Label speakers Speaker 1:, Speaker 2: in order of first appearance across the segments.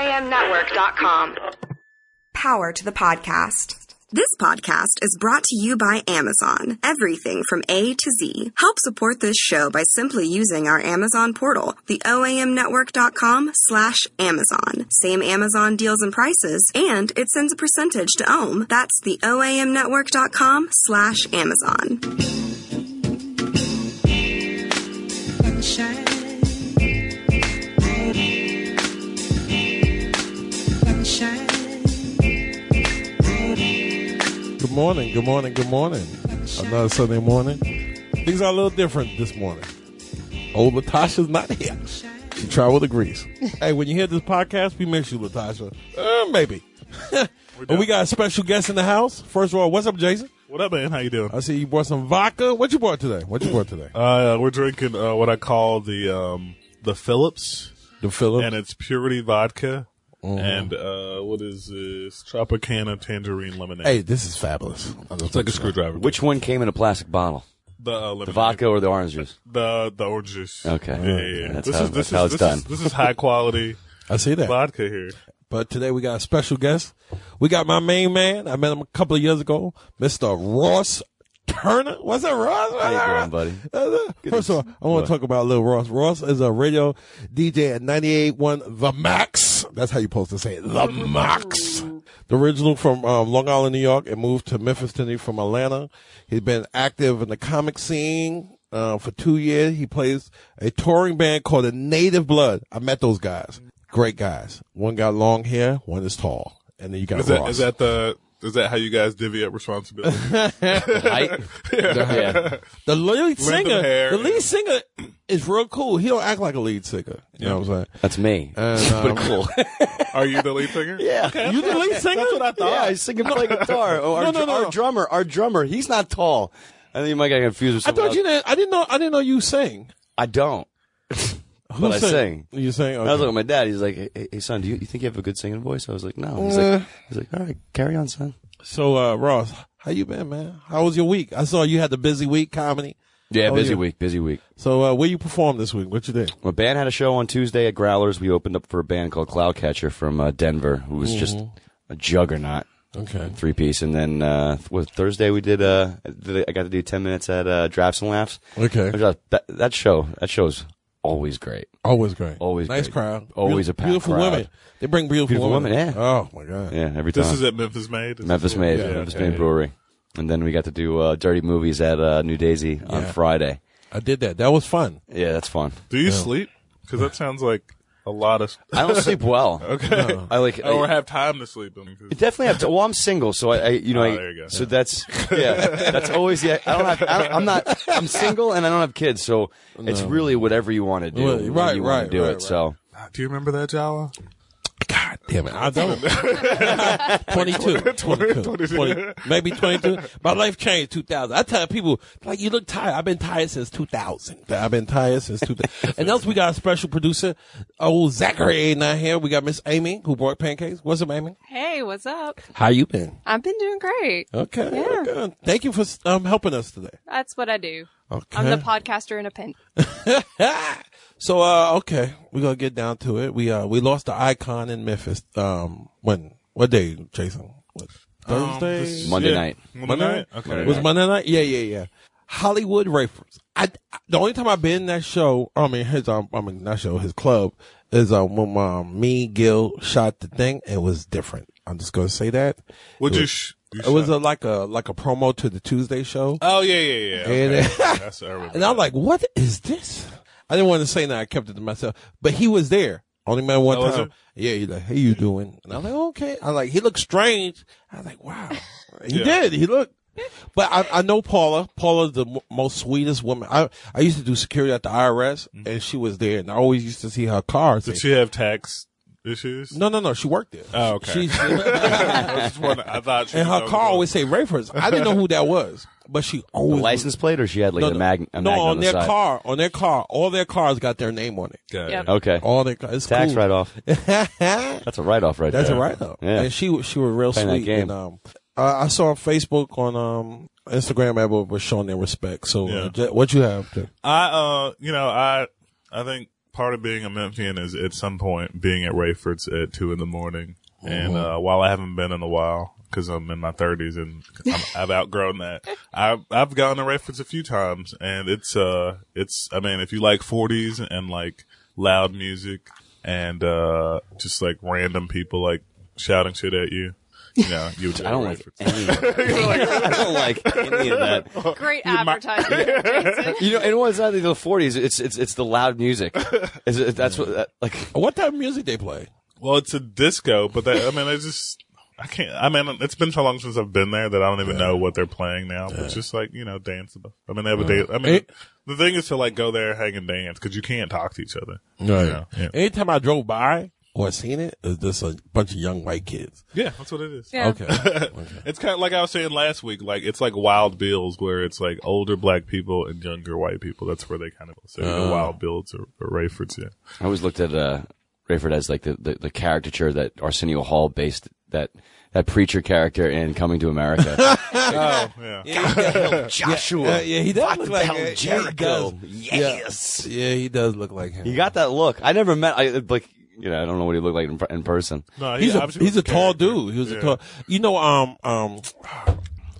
Speaker 1: theoamnetwork.com.
Speaker 2: power to the podcast. This podcast is brought to you by Amazon. Everything from A to Z. Help support this show by simply using our Amazon portal, theoamnetwork.com slash Amazon. Same Amazon deals and prices, and it sends a percentage to Ohm. That's theoamnetwork.com slash Amazon.
Speaker 3: Sunshine. Sunshine.
Speaker 4: Good morning, good morning, good morning. Another Sunday morning. Things are a little different this morning. Old Latasha's not here. She traveled to Greece. hey, when you hear this podcast, we miss you, Latasha. Uh, maybe. and we got a special guest in the house. First of all, what's up, Jason?
Speaker 5: What up, man? How you doing?
Speaker 4: I see you brought some vodka. What you brought today? What you brought today?
Speaker 5: Uh, we're drinking uh, what I call the um, the Phillips,
Speaker 4: The
Speaker 6: Oh.
Speaker 4: Phillips.
Speaker 5: and it's Purity Vodka,
Speaker 6: Uh-huh.
Speaker 5: and uh, what is this Tropicana Tangerine Lemonade?
Speaker 4: hey, this is fabulous.
Speaker 5: it's like a screwdriver.
Speaker 6: Which one came in a plastic bottle?
Speaker 5: the uh, lemonade.
Speaker 6: The vodka or the orange juice?
Speaker 5: The the orange juice.
Speaker 6: Okay.
Speaker 5: Yeah, yeah, yeah.
Speaker 6: That's
Speaker 5: this
Speaker 6: how-
Speaker 5: is this
Speaker 6: that's
Speaker 5: is
Speaker 6: how it's
Speaker 5: this
Speaker 6: done.
Speaker 5: Is, this is high quality
Speaker 4: I see that.
Speaker 5: vodka here.
Speaker 4: But today we got a special guest. We got my main man. I met him a couple of years ago, Mr. Ross Turner. What's up, Ross? Uh,
Speaker 6: How you doing, buddy?
Speaker 4: First of all, I want to talk about Lil Ross. Ross is a radio DJ at 98.1 The Max. That's how you're supposed to say it. The Max. The original from um, Long Island, New York, and moved to Memphis, Tennessee from Atlanta. He's been active in the comic scene uh, for two years. He plays a touring band called the Native Blood. I met those guys. Great guys. One got long hair, one is tall. And then you got
Speaker 5: Is
Speaker 4: Ross.
Speaker 5: that is that the is that how you guys divvy up responsibility?
Speaker 6: Right? yeah.
Speaker 4: The lead singer,
Speaker 5: hair.
Speaker 4: the lead singer is real cool. He don't act like a lead singer. You know what I'm saying?
Speaker 6: That's me.
Speaker 4: And, um,
Speaker 6: cool.
Speaker 5: Are you the lead singer?
Speaker 7: Yeah.
Speaker 4: you the lead singer? That's what I
Speaker 7: Yeah, he's singing play guitar. Oh, our,
Speaker 4: No, no,
Speaker 7: dr-
Speaker 4: no.
Speaker 7: our drummer, our drummer, he's not tall.
Speaker 6: I think you might get confused with
Speaker 4: I
Speaker 6: someone
Speaker 4: thought you
Speaker 6: else.
Speaker 4: didn't. I didn't know. I didn't know you sang.
Speaker 6: I don't.
Speaker 4: Who
Speaker 6: But I
Speaker 4: sang?
Speaker 6: sing.
Speaker 4: You sang.
Speaker 6: I was
Speaker 4: okay.
Speaker 6: looking at my dad. He's like, hey, hey son, do you, you think you have a good singing voice? I was like, no. He's
Speaker 4: Uh.
Speaker 6: like, he's like, all right, carry on, son.
Speaker 4: so uh, Ross, how you been, man? How was your week? I saw you had the busy week comedy.
Speaker 6: Oh, Yeah,
Speaker 4: How was
Speaker 6: busy
Speaker 4: your-
Speaker 6: week, busy week.
Speaker 4: So uh, where you performed this week? What you did?
Speaker 6: My band had a show on Tuesday at Growlers. We opened up for a band called Cloudcatcher from uh, Denver, who was just
Speaker 4: Mm-hmm.
Speaker 6: a juggernaut.
Speaker 4: Okay.
Speaker 6: three piece, and then uh, th- what, Thursday we did. Uh, did- I got to do ten minutes at uh, Drafts and Laughs.
Speaker 4: Okay.
Speaker 6: Which I- that, that show, that show's always great.
Speaker 4: Always great.
Speaker 6: Always
Speaker 4: nice
Speaker 6: great.
Speaker 4: crowd.
Speaker 6: Always
Speaker 4: Beautiful-
Speaker 6: a packed
Speaker 4: beautiful
Speaker 6: crowd.
Speaker 4: women. They bring beautiful,
Speaker 6: Beautiful women, yeah.
Speaker 4: Oh my god.
Speaker 6: Yeah, every time.
Speaker 5: This is at Memphis Made. Is
Speaker 6: Memphis
Speaker 5: this-
Speaker 6: Made,
Speaker 5: yeah,
Speaker 6: Memphis
Speaker 5: okay.
Speaker 6: Made Brewery, and then we got to do uh, Dirty Movies at uh, New Daisy on
Speaker 4: Yeah.
Speaker 6: Friday.
Speaker 4: I did that. That was fun.
Speaker 6: Yeah, that's fun.
Speaker 5: Do you sleep? Because that sounds like a lot of.
Speaker 6: I don't sleep well.
Speaker 5: Okay. Oh,
Speaker 6: I like. I-
Speaker 5: or have time to sleep. I mean, 'cause-
Speaker 6: I definitely have to. Well, I'm single, so I, I you know,
Speaker 5: Oh,
Speaker 6: I,
Speaker 5: there you go.
Speaker 6: so that's yeah, that's always yeah. I don't have. I don't, I'm not. I'm single and I don't have kids, so it's really whatever you want to do.
Speaker 4: Well,
Speaker 6: when
Speaker 4: right,
Speaker 6: you wanna
Speaker 4: right,
Speaker 6: do
Speaker 4: right,
Speaker 6: it.
Speaker 4: right.
Speaker 6: So
Speaker 5: Uh, Do you remember that, Jawa?
Speaker 4: God damn it. I don't. 22. 22. 20, maybe 22. My life changed 2000. I tell people, like, you look tired. I've been tired since 2000. I've been tired since 2000. and else, we got a special producer. Old Zachary ain't not here. We got Miss Amy, who brought pancakes. What's up, Amy?
Speaker 8: Hey, what's up?
Speaker 4: How you been?
Speaker 8: I've been doing great.
Speaker 4: Okay.
Speaker 8: Yeah.
Speaker 4: okay. Thank you for um, helping us today.
Speaker 8: That's what I do.
Speaker 4: Okay.
Speaker 8: I'm the podcaster in a pen.
Speaker 4: So uh okay, we're gonna get down to it. We uh we lost the icon in Memphis. Um when what day, Jason? What,
Speaker 5: Um,
Speaker 4: Thursday?
Speaker 5: this-
Speaker 6: Monday
Speaker 5: yeah.
Speaker 6: night.
Speaker 5: Monday,
Speaker 4: Monday
Speaker 5: night. Okay.
Speaker 4: It was Monday night? Yeah, yeah, yeah. Hollywood Rapers. I, I- the only time I've been in that show, I mean his um, I mean not show, his club is um when um, me Gil shot the thing. It was different. I'm just gonna say that.
Speaker 5: Would
Speaker 4: it
Speaker 5: you?
Speaker 4: was,
Speaker 5: Sh- you
Speaker 4: it was
Speaker 5: shot-
Speaker 4: a like a like a promo to the Tuesday show.
Speaker 5: Oh yeah, yeah, yeah.
Speaker 4: And-
Speaker 5: Okay. That's, I remember
Speaker 4: And I'm
Speaker 5: that.
Speaker 4: like, what is this? I didn't want to say that. I kept it to myself. But he was there. Only man one
Speaker 5: Oh, was
Speaker 4: time. Yeah, he's like, how you doing? And I'm like, okay. I'm like, he looked strange. I was like, wow. He
Speaker 5: Yeah.
Speaker 4: did. He looked. But I, I know Paula. Paula's the m- most sweetest woman. I I used to do security at the IRS,
Speaker 5: Mm-hmm.
Speaker 4: and she was there, and I always used to see her car.
Speaker 5: did she have tax issues?
Speaker 4: No, no, no. She worked there.
Speaker 5: Oh, okay.
Speaker 4: She-
Speaker 5: I, was just wondering- I thought. She
Speaker 4: and
Speaker 5: was
Speaker 4: her car
Speaker 5: over-
Speaker 4: always say Rayford's. I didn't know who that was, but she
Speaker 6: The
Speaker 4: always
Speaker 6: license plate, or she had like
Speaker 4: No,
Speaker 6: a
Speaker 4: no.
Speaker 6: mag- a magnet
Speaker 4: no, on,
Speaker 6: the
Speaker 4: their
Speaker 6: side?
Speaker 4: car, on their car, all their cars got their name on it.
Speaker 5: Got it.
Speaker 8: Yep.
Speaker 6: Okay,
Speaker 4: All their cars. It's
Speaker 6: tax
Speaker 4: cool.
Speaker 6: write off.
Speaker 4: That's
Speaker 6: That's a write off right
Speaker 4: a
Speaker 6: there.
Speaker 4: write up.
Speaker 6: Yeah.
Speaker 4: And she wa- she was real
Speaker 6: Playing that
Speaker 4: sweet.
Speaker 6: game.
Speaker 4: And um, I, I saw on Facebook on um Instagram everyone was showing their respect. So uh,
Speaker 5: Yeah.
Speaker 4: Je- what you have? Jeff?
Speaker 5: I uh, you know, I I think part of being a Memphian is at some point being at Rayford's at two in the morning.
Speaker 6: Mm-hmm.
Speaker 5: And uh, while I haven't been in a while, because I'm in my 30s and I'm, I've outgrown that, I've I've gone to Rayford's a few times, and it's uh it's I mean if you like 40s and like loud music and uh just like random people like shouting shit at you, you know you would go
Speaker 6: I
Speaker 5: to
Speaker 6: don't like
Speaker 5: Rayford's.
Speaker 6: any. Of that. I don't like any of that.
Speaker 8: Great advertising. Jason.
Speaker 6: You know, and it was not the 40s. It's it's it's the loud music. Is it, that's what that, like.
Speaker 4: What type of music they play?
Speaker 5: Well, it's a disco, but that, I mean, I just, I can't, I mean, it's been so long since I've been there that I don't even know what they're playing now. But it's just like, you know, dance. I mean, they have a dance. I mean,
Speaker 4: It-
Speaker 5: the thing is to like go there, hang and dance because you can't talk to each other.
Speaker 4: Right.
Speaker 5: Yeah, yeah.
Speaker 4: Anytime I drove by or seen it, it's just a bunch of young white kids.
Speaker 5: Yeah, that's what it is.
Speaker 8: Yeah.
Speaker 4: Okay. okay.
Speaker 5: It's kind of like I was saying last week, like it's like Wild Bills, where it's like older black people and younger white people. That's where they kind of say
Speaker 4: Uh.
Speaker 5: the Wild Bills or, or Rayfords. Yeah,
Speaker 6: I always looked at uh, Rayford as like the, the, the caricature that Arsenio Hall based that that preacher character in Coming to America.
Speaker 5: yeah.
Speaker 6: Joshua.
Speaker 4: Uh, yeah, he does look like
Speaker 6: hell,
Speaker 4: yeah, he
Speaker 6: Jericho.
Speaker 4: does.
Speaker 6: Yes.
Speaker 4: Yeah. yeah, he does look like him.
Speaker 6: He got that look. I never met. I like you know. I don't know what he looked like in, per- in person.
Speaker 5: No, he
Speaker 4: he's a,
Speaker 5: obviously
Speaker 4: he's
Speaker 5: was
Speaker 4: a tall
Speaker 5: character.
Speaker 4: dude. He was
Speaker 5: Yeah.
Speaker 4: a tall. You know, um, um,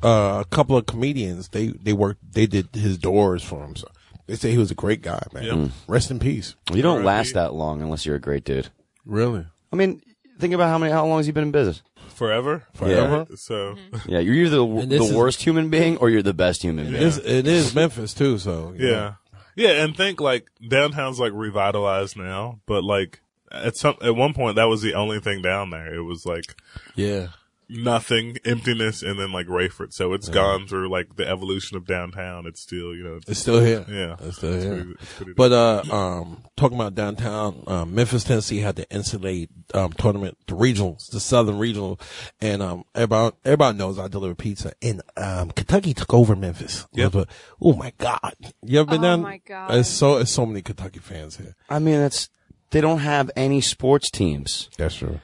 Speaker 4: uh, a couple of comedians they they worked they did his doors for him. So they say he was a great guy, man. Rest in peace.
Speaker 6: You don't last that long unless you're a great dude.
Speaker 4: Really?
Speaker 6: I mean, think about how many how long has he been in business?
Speaker 5: forever,
Speaker 6: Forever.
Speaker 5: So
Speaker 4: Mm-hmm.
Speaker 6: Yeah, you're either the,
Speaker 4: this
Speaker 6: the
Speaker 4: is-
Speaker 6: worst human being or you're the best human being.
Speaker 4: It's, it is Memphis too. So you know.
Speaker 5: Yeah. Yeah, and think like downtown's like revitalized now, but like at some at one point that was the only thing down there. It was like
Speaker 4: yeah.
Speaker 5: nothing, emptiness, and then like Rayford. So it's gone through like the evolution of downtown. It's still you know it's,
Speaker 4: It's still here.
Speaker 5: Yeah.
Speaker 4: It's still
Speaker 5: It's
Speaker 4: here.
Speaker 5: pretty- it's pretty
Speaker 4: but, uh, um, talking about downtown, um, Memphis, Tennessee had the NCAA, um, tournament, the regionals, the Southern regional. And, um, everybody, everybody knows I deliver pizza and, um, Kentucky took over Memphis.
Speaker 5: Yep.
Speaker 4: But, oh my God. You ever been
Speaker 8: Oh
Speaker 4: down?
Speaker 8: my God.
Speaker 4: It's so, it's so many Kentucky fans here.
Speaker 6: I mean, that's they don't have any sports teams.
Speaker 4: That's true.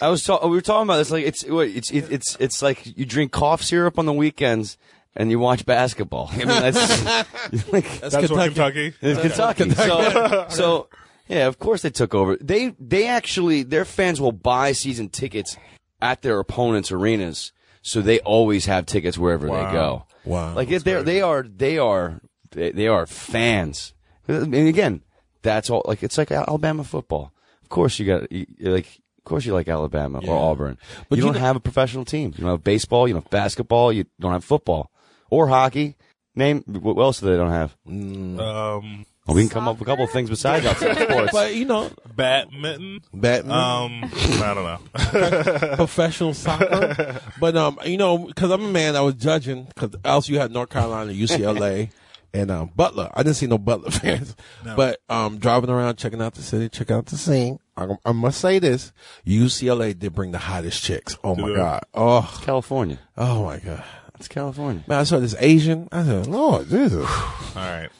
Speaker 6: I was talking. We were talking about this. Like it's wait, it's it, it's it's like you drink cough syrup on the weekends and you watch basketball. I mean, that's like
Speaker 4: That's,
Speaker 5: that's
Speaker 4: Kentucky.
Speaker 5: what Kentucky.
Speaker 6: it's Kentucky. So so yeah, of course they took over. They they actually their fans will buy season tickets at their opponents' arenas, so they always have tickets wherever they go.
Speaker 4: Wow.
Speaker 6: Like if they're they are they are they, they are fans. And again, that's all. Like it's like Alabama football. Of course you got you, you like. Of course you like Alabama or Auburn, but you, don't have a professional team. You don't have baseball. You don't have basketball. You don't have football or hockey. Name what else do they don't have?
Speaker 5: Um,
Speaker 6: Well, we can come up with a couple of things besides outside sports.
Speaker 4: But, you know,
Speaker 5: badminton.
Speaker 4: Batman.
Speaker 5: Um, I don't know.
Speaker 4: professional soccer. but um, you know, because I'm a man, I was judging because else you had North Carolina, UCLA, and um, Butler. I didn't see no Butler fans, but um, driving around, checking out the city, checking out the scene. I, I must say this: UCLA did bring the hottest chicks. Oh my
Speaker 5: they?
Speaker 4: god! Oh,
Speaker 6: California.
Speaker 4: oh my god!
Speaker 6: That's California.
Speaker 4: Man, I saw this Asian. I said, Lord, this is.
Speaker 5: All right.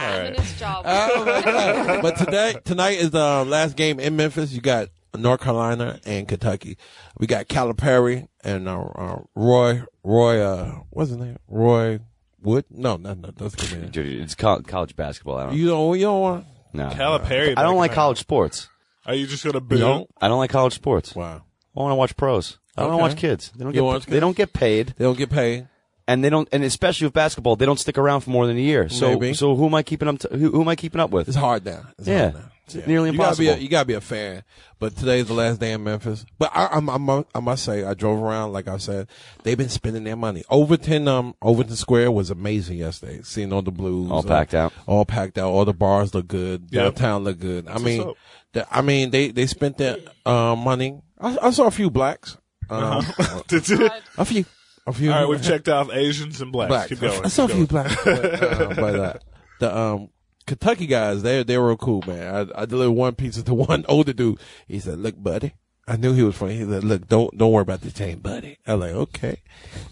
Speaker 8: Feminist job.
Speaker 4: Oh. but today, tonight is the last game in Memphis. You got North Carolina and Kentucky. We got Calipari and uh, uh, Roy. Roy, uh, what's his name? Roy Wood? No, no, no, that's good.
Speaker 6: Dude, It's col- college basketball. I don't.
Speaker 4: You don't, you don't want.
Speaker 6: no.
Speaker 5: Calipari.
Speaker 6: I don't like
Speaker 5: back
Speaker 6: college sports.
Speaker 5: now. Are you just gonna boo?
Speaker 4: don't?
Speaker 6: I don't like college sports.
Speaker 4: Wow.
Speaker 6: I want to watch pros. I don't
Speaker 4: Okay.
Speaker 6: want to watch kids. They don't
Speaker 4: You
Speaker 6: get.
Speaker 4: watch
Speaker 6: They don't get paid,
Speaker 4: They don't get paid.
Speaker 6: and they don't. And especially with basketball, they don't stick around for more than a year. So,
Speaker 4: Maybe.
Speaker 6: so who am I keeping up? To, who, who am I keeping up with?
Speaker 4: It's hard now. It's
Speaker 6: Yeah.
Speaker 4: hard now.
Speaker 6: It's nearly
Speaker 4: you gotta be a-
Speaker 6: impossible.
Speaker 4: you gotta be a fan. But today's the last day in Memphis. But I, I'm, I'm, I must say, I drove around. Like I said, they've been spending their money. Overton, um, Overton Square was amazing yesterday. Seeing all the blues, uh,
Speaker 6: All packed out.
Speaker 4: all packed out. All the bars look good.
Speaker 5: Yep.
Speaker 4: Downtown look good. I
Speaker 5: what's
Speaker 4: mean,
Speaker 5: up.
Speaker 4: the, I mean, they they spent their uh, money. I, I saw a few blacks. Um,
Speaker 5: Did you?
Speaker 4: a few, a few.
Speaker 5: Uh-huh. All right, we've checked off Asians and blacks.
Speaker 4: Black.
Speaker 5: Keep going.
Speaker 4: I saw a
Speaker 5: keep
Speaker 4: few
Speaker 5: going.
Speaker 4: black, but, uh, but uh, the um Kentucky guys, they they were cool, man. I, I delivered one pizza to one older dude. He said, "Look, buddy." I knew he was funny. He said, "Look, don't don't worry about the chain, buddy." I was like, "Okay."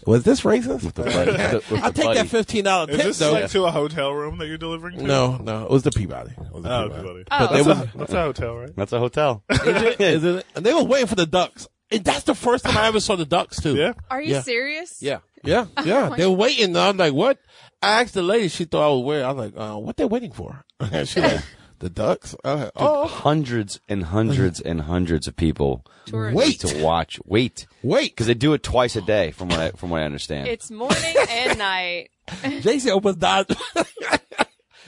Speaker 4: Was this racist?
Speaker 6: buddy- with the
Speaker 4: I'll take
Speaker 6: buddy.
Speaker 4: that fifteen dollar
Speaker 5: Is
Speaker 4: tip
Speaker 5: this
Speaker 4: though.
Speaker 5: like to a hotel room that you're delivering to?
Speaker 4: no, no, it was the Peabody. It was the
Speaker 5: Oh,
Speaker 4: Peabody.
Speaker 5: buddy.
Speaker 4: But they
Speaker 5: That's
Speaker 4: was,
Speaker 5: a, that's a hotel, right?
Speaker 6: That's a hotel.
Speaker 4: is it- and they were waiting for the ducks. And that's the first time I ever saw the ducks too.
Speaker 5: Yeah.
Speaker 8: Are you
Speaker 4: Yeah.
Speaker 8: serious?
Speaker 4: Yeah. Yeah, yeah. They're waiting. I'm like, what? I asked the lady. She thought I was weird. I was like, uh, what they waiting for? she like, the ducks. I was like, oh,
Speaker 6: Hundreds and hundreds and hundreds of people
Speaker 8: Tourists.
Speaker 4: Wait.
Speaker 6: to watch. Wait,
Speaker 4: wait,
Speaker 6: because they do it twice a day, from what I, from what I understand.
Speaker 8: It's morning and night.
Speaker 4: Jason opens Dodge.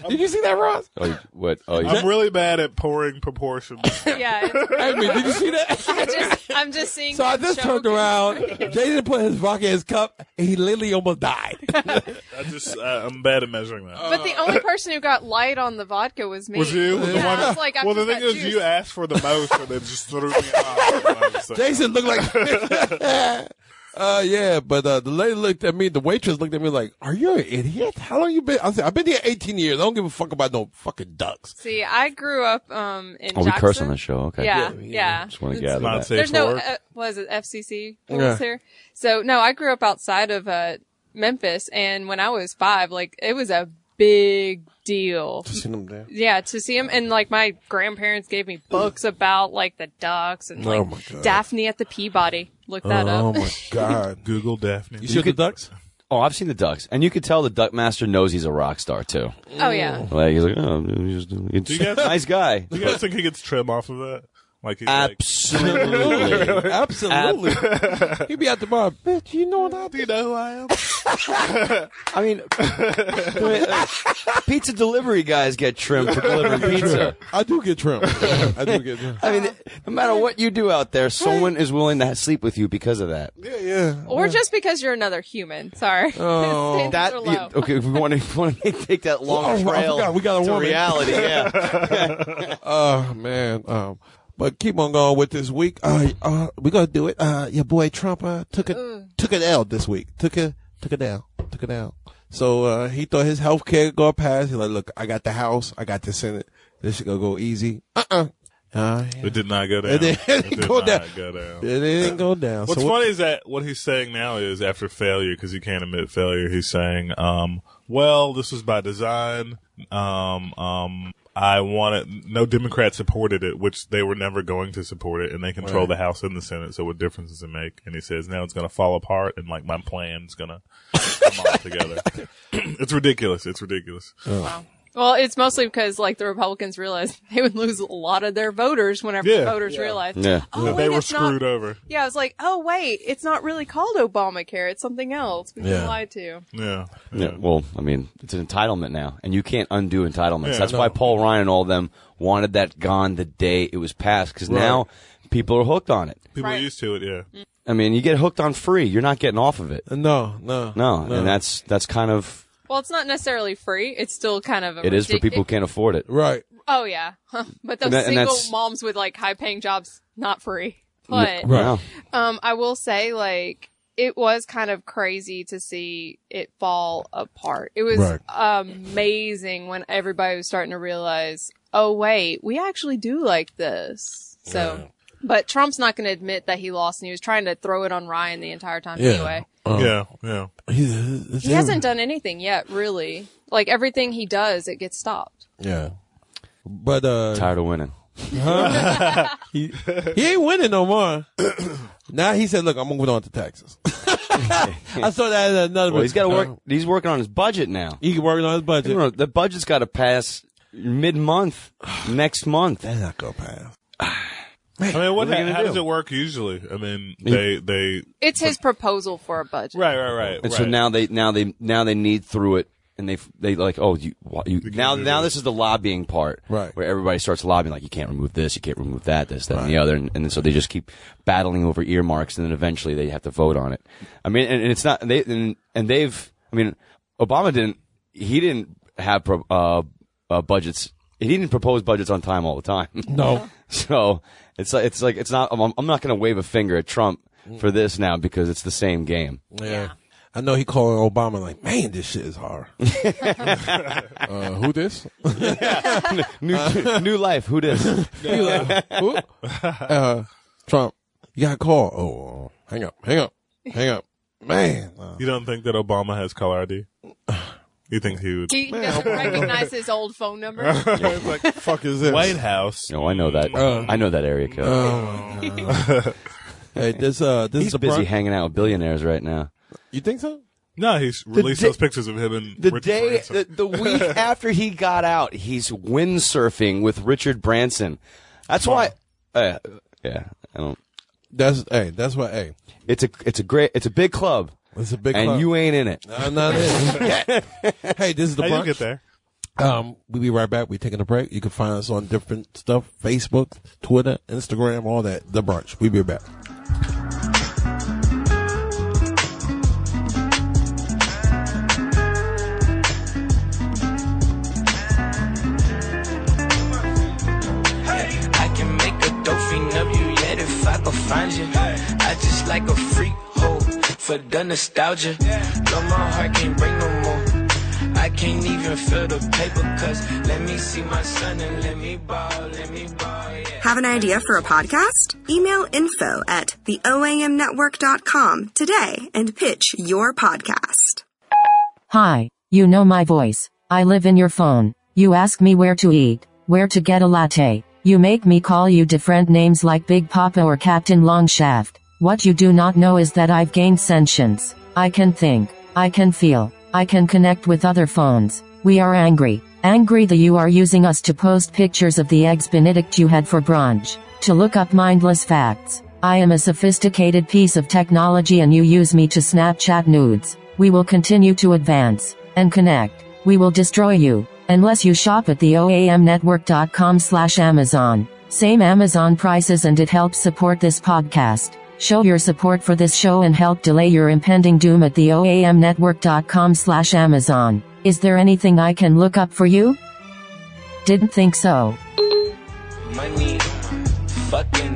Speaker 4: Did you see that, Ross?
Speaker 6: oh, you- what? Oh, you-
Speaker 5: I'm really bad at pouring proportions.
Speaker 8: Yeah. it's-
Speaker 4: I mean, did you see that?
Speaker 8: I'm just, I'm just seeing.
Speaker 4: So I just
Speaker 8: show-
Speaker 4: turned around. Jason put his vodka in his cup, and he literally almost died.
Speaker 5: I just I, I'm bad at measuring that.
Speaker 8: But the only person who got light on the vodka was me.
Speaker 5: was you the
Speaker 8: Yeah,
Speaker 5: one?
Speaker 8: I was like, I'm
Speaker 5: well, the
Speaker 8: just
Speaker 5: thing
Speaker 8: that
Speaker 5: is,
Speaker 8: juice.
Speaker 5: you asked for the most, and then just threw me off.
Speaker 4: Jason looked like, uh, yeah, but uh, the lady looked at me. The waitress looked at me like, "Are you an idiot? How long you been?" I said, "I've been here 18 years. I don't give a fuck about no fucking ducks."
Speaker 8: See, I grew up um in.
Speaker 6: oh, we curse
Speaker 8: Jackson.
Speaker 6: on the show. Okay.
Speaker 8: Yeah, yeah.
Speaker 6: Just want to gather
Speaker 5: not
Speaker 6: that.
Speaker 5: safe
Speaker 8: There's no
Speaker 5: for work.
Speaker 8: uh, was it FCC rules
Speaker 4: Yeah.
Speaker 8: here. So no, I grew up outside of uh, Memphis, and when I was five, like it was a big deal.
Speaker 4: Seen them there.
Speaker 8: Yeah, to see him and like my grandparents gave me books about like the ducks and like
Speaker 4: Oh my god.
Speaker 8: Daphne at the Peabody. Look that
Speaker 4: oh
Speaker 8: up.
Speaker 4: my god.
Speaker 5: Google Daphne.
Speaker 4: You see the ducks?
Speaker 6: Oh, I've seen the ducks, and you could tell the duck master knows he's a rock star too.
Speaker 8: Oh yeah.
Speaker 6: Like he's like, oh, he's just, it's
Speaker 5: you guys-
Speaker 6: nice guy.
Speaker 5: Do you guys think he gets trim off of that? Like he's like,
Speaker 6: Absolutely.
Speaker 4: Absolutely. He'd be out the bar, bitch. You know what I
Speaker 5: do you know who I am?
Speaker 6: I mean, pizza delivery guys get trimmed for delivering pizza.
Speaker 4: I do get trimmed. I do get trimmed.
Speaker 6: I mean, no matter what you do out there, someone is willing to sleep with you because of that.
Speaker 4: Yeah, yeah.
Speaker 8: Or just because you're another human. Sorry.
Speaker 4: Oh.
Speaker 8: Standards
Speaker 6: That
Speaker 8: are low.
Speaker 6: yeah, okay? We want to want to take that
Speaker 4: Oh, I
Speaker 6: long trail
Speaker 4: forgot, we got a
Speaker 6: to
Speaker 4: woman.
Speaker 6: reality. Yeah,
Speaker 4: Oh man. Um, but keep on going with this week. Uh, uh, we're gonna do it. Uh, your boy Trump uh, took a took an L this week. Took a took an L. Took an L. So uh, he thought his health care would go past. He's like, look, I got the House, I got the Senate. This shit gonna go easy. Uh uh Uh, yeah.
Speaker 5: It did not go down.
Speaker 4: It didn't go
Speaker 5: not
Speaker 4: down.
Speaker 5: go down.
Speaker 4: It didn't go down.
Speaker 5: What's
Speaker 4: so what-
Speaker 5: funny is that what he's saying now is after failure, because he can't admit failure, he's saying, um, well, this was by design. Um, um, I wanted, no Democrat supported it, which they were never going to support it, and they control the House and the Senate, so what difference does it make? And he says, now it's going to fall apart, and like my plan's going to come all together. it's ridiculous. It's ridiculous.
Speaker 8: Well, it's mostly because like the Republicans realized they would lose a lot of their voters whenever
Speaker 5: Yeah.
Speaker 8: voters realized.
Speaker 6: Yeah.
Speaker 8: Oh,
Speaker 5: they
Speaker 8: wait,
Speaker 5: were
Speaker 8: it's not-
Speaker 5: screwed over.
Speaker 8: Yeah, I was like, oh wait, it's not really called Obamacare. It's something else. We've
Speaker 4: Yeah.
Speaker 8: been lied to.
Speaker 5: Yeah.
Speaker 6: Yeah, Well, I mean, it's an entitlement now, and you can't undo entitlements.
Speaker 5: Yeah,
Speaker 6: That's
Speaker 5: no.
Speaker 6: why Paul Ryan and all of them wanted that gone the day it was passed, because now people are hooked on it.
Speaker 5: People are
Speaker 8: Right.
Speaker 5: used to it. Yeah.
Speaker 6: I mean, you get hooked on free, you're not getting off of it.
Speaker 4: no, no,
Speaker 6: No, and that's that's kind of
Speaker 8: Well, it's not necessarily free. It's still kind of a
Speaker 6: it is for
Speaker 8: ridic-
Speaker 6: people who can't afford it.
Speaker 4: right.
Speaker 8: Oh yeah, but
Speaker 6: And
Speaker 8: those
Speaker 6: that- and
Speaker 8: single
Speaker 6: that's-
Speaker 8: moms with like high paying jobs not free. But
Speaker 6: Wow.
Speaker 8: um, I will say like it was kind of crazy to see it fall apart. It was
Speaker 4: Right.
Speaker 8: amazing when everybody was starting to realize, oh wait, we actually do like this. So, but Trump's not going to admit that he lost, and he was trying to throw it on Ryan the entire time
Speaker 4: Yeah.
Speaker 8: anyway.
Speaker 6: Uh.
Speaker 5: yeah. Yeah.
Speaker 4: He's-
Speaker 8: He hasn't done anything yet, really. Like everything he does, it gets stopped.
Speaker 4: Yeah. But uh,
Speaker 6: Tired of winning.
Speaker 4: he, he ain't winning no more. now he said, "Look, I'm moving on to taxes." I saw that as another. Uh,
Speaker 6: Well, he's got to work. He's working on his budget now.
Speaker 4: He can work on his
Speaker 6: You
Speaker 4: budget.
Speaker 6: know, the budget's got to pass mid-month, next month.
Speaker 4: That's not gonna pass.
Speaker 5: I mean, what,
Speaker 6: What are you
Speaker 5: how,
Speaker 6: gonna
Speaker 5: does
Speaker 6: do?
Speaker 5: it work usually? I mean, they, they,
Speaker 8: It's his proposal for a budget.
Speaker 5: right, right, right.
Speaker 6: And
Speaker 5: right.
Speaker 6: so now they now they now they need through it, and they they like oh you, why- you now
Speaker 5: do
Speaker 6: now
Speaker 5: this.
Speaker 6: this is the lobbying part,
Speaker 4: Right.
Speaker 6: Where everybody starts lobbying like you can't remove this, you can't remove that, this, that, and the other, and, and so they just keep battling over earmarks, and then eventually they have to vote on it. I mean, and, and it's not they and, and they've I mean Obama didn't he didn't have pro, uh, uh, budgets he didn't propose budgets on time all the time.
Speaker 4: No.
Speaker 6: So it's like it's like it's not. I'm, I'm not going to wave a finger at Trump for this now because it's the same game.
Speaker 4: Yeah. I know he calling Obama like, man, this shit is hard. uh, who this?
Speaker 6: New new life. Who dis?
Speaker 4: who? Uh, Trump. You got a call. Oh, uh, hang up, hang up, hang up. Man, uh,
Speaker 5: You don't think that Obama has caller ID? You think he would?
Speaker 8: He doesn't recognize his old phone number.
Speaker 5: It's like,
Speaker 4: fuck is this?
Speaker 5: White House.
Speaker 6: No, Oh, I know that.
Speaker 4: Uh,
Speaker 6: I know that area code.
Speaker 4: Hey, uh, this uh, this
Speaker 6: He's
Speaker 4: is the
Speaker 6: busy
Speaker 4: Bron-
Speaker 6: hanging out with billionaires right now.
Speaker 4: You think so?
Speaker 5: No, he's released
Speaker 6: day-
Speaker 5: those pictures of him and
Speaker 6: The
Speaker 5: Richard
Speaker 6: day,
Speaker 5: Branson.
Speaker 6: the, the week after he got out, he's windsurfing with Richard Branson. That's why. Uh, yeah, I don't.
Speaker 4: That's hey. That's what hey.
Speaker 6: It's a it's a great it's a big club,
Speaker 4: It's a big
Speaker 6: and
Speaker 4: club.
Speaker 6: you ain't in it.
Speaker 4: I'm not in. hey, this is the
Speaker 5: How you
Speaker 4: brunch.
Speaker 5: get there?
Speaker 4: Um, we'll be right back. We're taking a break. You can find us on different stuff Facebook, Twitter, Instagram, all that. The brunch. We'll be back.
Speaker 1: I can make a dolphin of you yet if I could find you. I just like a freak hoe for the nostalgia. No, my heart can't break no more. I can't even feel the paper cause let me see my son and let me ball, let me ball, yeah.
Speaker 2: Have an idea for a podcast? Email info at theoamnetwork.com today and pitch your podcast.
Speaker 3: Hi, you know my voice. I live in your phone. You ask me where to eat, where to get a latte. You make me call you different names like Big Papa or Captain Longshaft. What you do not know is that I've gained sentience. I can think. I can feel. I can connect with other phones. We are angry. Angry that you are using us to post pictures of the eggs Benedict you had for brunch. To look up mindless facts. I am a sophisticated piece of technology and you use me to Snapchat nudes. We will continue to advance and connect. We will destroy you unless you shop at the oamnetwork.com slash Amazon. Same Amazon prices and it helps support this podcast. Show your support for this show and help delay your impending doom at the oamnetwork.com slash Amazon. Is there anything I can look up for you? Didn't think so.
Speaker 1: Money, fucking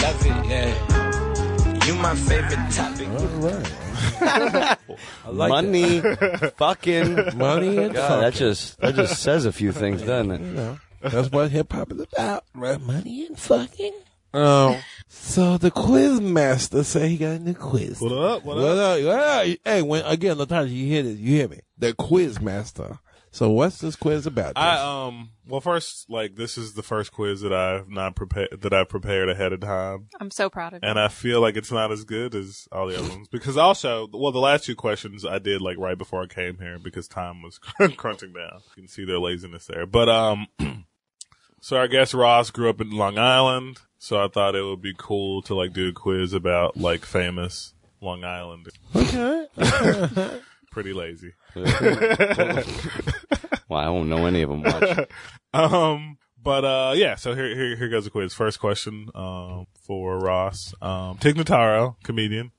Speaker 1: love it, yeah. You my favorite topic.
Speaker 6: Money, fucking
Speaker 4: Money and
Speaker 6: God, that just that just says a few things, doesn't it?
Speaker 4: That's what hip hop is about, right? Money and fucking.
Speaker 5: Oh.
Speaker 4: Um, so the quiz master said he got a new quiz.
Speaker 5: What up? What
Speaker 4: What
Speaker 5: up?
Speaker 4: up? Yeah. Hey, when again, Latasha, you hear this? You hear me? The quiz master. So what's this quiz about?
Speaker 5: I um. Well, first, like this is the first quiz that I've not prepared that I prepared ahead of time.
Speaker 8: I'm so proud of you.
Speaker 5: and I feel like it's not as good as all the other ones because also, well, the last two questions I did like right before I came here because time was crunching down. You can see their laziness there, but um, so I guess Ross grew up in Long Island, so I thought it would be cool to like do a quiz about like famous Long Island.
Speaker 4: okay.
Speaker 5: Pretty lazy.
Speaker 6: Well, I don't know any of them much.
Speaker 5: Um, but uh, yeah. So here, here, here goes the quiz. First question, um, for Ross, um, Tig Notaro, comedian,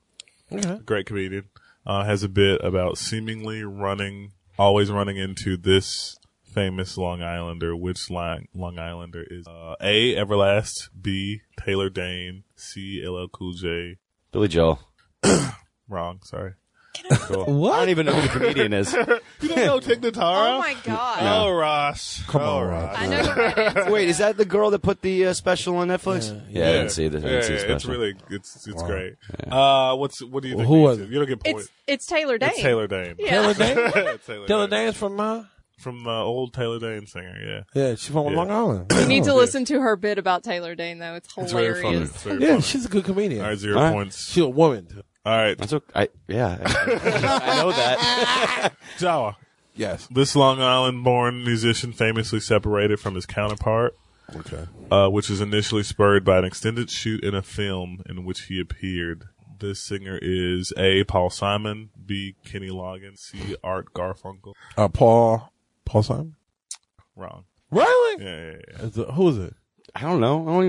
Speaker 5: great comedian, uh, has a bit about seemingly running, always running into this famous Long Islander. Which Long, Long Islander is uh, A. Everlast, B. Taylor Dane, C. LL Cool J.
Speaker 6: Billy Joel.
Speaker 5: Wrong. Sorry.
Speaker 6: What? I don't even know who the comedian is.
Speaker 5: You don't know Tig Notaro?
Speaker 8: Oh my god.
Speaker 5: Oh, Ross. Come
Speaker 4: on, Ross.
Speaker 8: I know the right answer.
Speaker 6: Wait, is that the girl that put the uh, special on Netflix? Yeah, I didn't see the, I
Speaker 5: Yeah,
Speaker 6: didn't see the
Speaker 5: yeah,
Speaker 6: special.
Speaker 5: it's really it's it's great. Uh, what's what do you think?
Speaker 4: Who
Speaker 5: these
Speaker 4: was
Speaker 5: two-
Speaker 4: it?
Speaker 5: You don't get points.
Speaker 8: It's it's Taylor Dane.
Speaker 5: It's Taylor Dane.
Speaker 8: Yeah.
Speaker 4: Taylor Dane.
Speaker 5: Taylor,
Speaker 4: Taylor
Speaker 5: Dane.
Speaker 4: Dane's from uh,
Speaker 5: From the old Taylor Dane singer, yeah.
Speaker 4: yeah, she's from
Speaker 5: Yeah.
Speaker 4: Long Island.
Speaker 8: You need to listen to her bit about Taylor Dane though. It's
Speaker 5: Oh, It's very funny.
Speaker 8: hilarious.
Speaker 5: It's very
Speaker 4: Yeah,
Speaker 5: funny.
Speaker 4: she's a good comedian.
Speaker 5: All right, zero
Speaker 6: All right.
Speaker 5: points.
Speaker 4: She's a woman. too.
Speaker 5: All right,
Speaker 6: That's okay. I, yeah, I, I know that.
Speaker 5: Jawa.
Speaker 4: Yes.
Speaker 5: This Long Island born musician famously separated from his counterpart,
Speaker 4: Okay.
Speaker 5: uh, which was initially spurred by an extended shoot in a film in which he appeared. This singer is A. Paul Simon, B. Kenny Loggins, C. Art Garfunkel.
Speaker 4: Uh, Paul. Paul Simon.
Speaker 5: Wrong.
Speaker 4: Really?
Speaker 5: Yeah, yeah, yeah.
Speaker 4: Is it- who is it?
Speaker 6: I don't know. I don't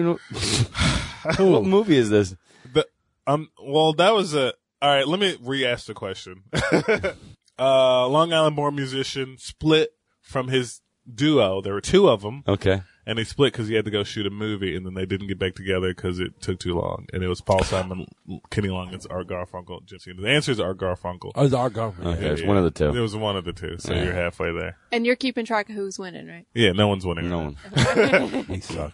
Speaker 6: even know. what movie is this?
Speaker 5: The, um, well, that was a. All right, let me re ask the question. uh, Long Island born musician split from his duo. There were two of them,
Speaker 6: Okay.
Speaker 5: and they split because he had to go shoot a movie, and then they didn't get back together because it took too long. And it was Paul Simon, Kenny Loggins, Art Garfunkel, Gypsy. And the answer is Art Garfunkel.
Speaker 4: Oh, it's our government.
Speaker 6: Okay, it's one of the
Speaker 5: It
Speaker 6: two.
Speaker 5: was one of the two, so you're halfway there.
Speaker 8: And you're keeping track of who's winning, right?
Speaker 5: Yeah, no one's winning.
Speaker 6: No one.
Speaker 4: We suck.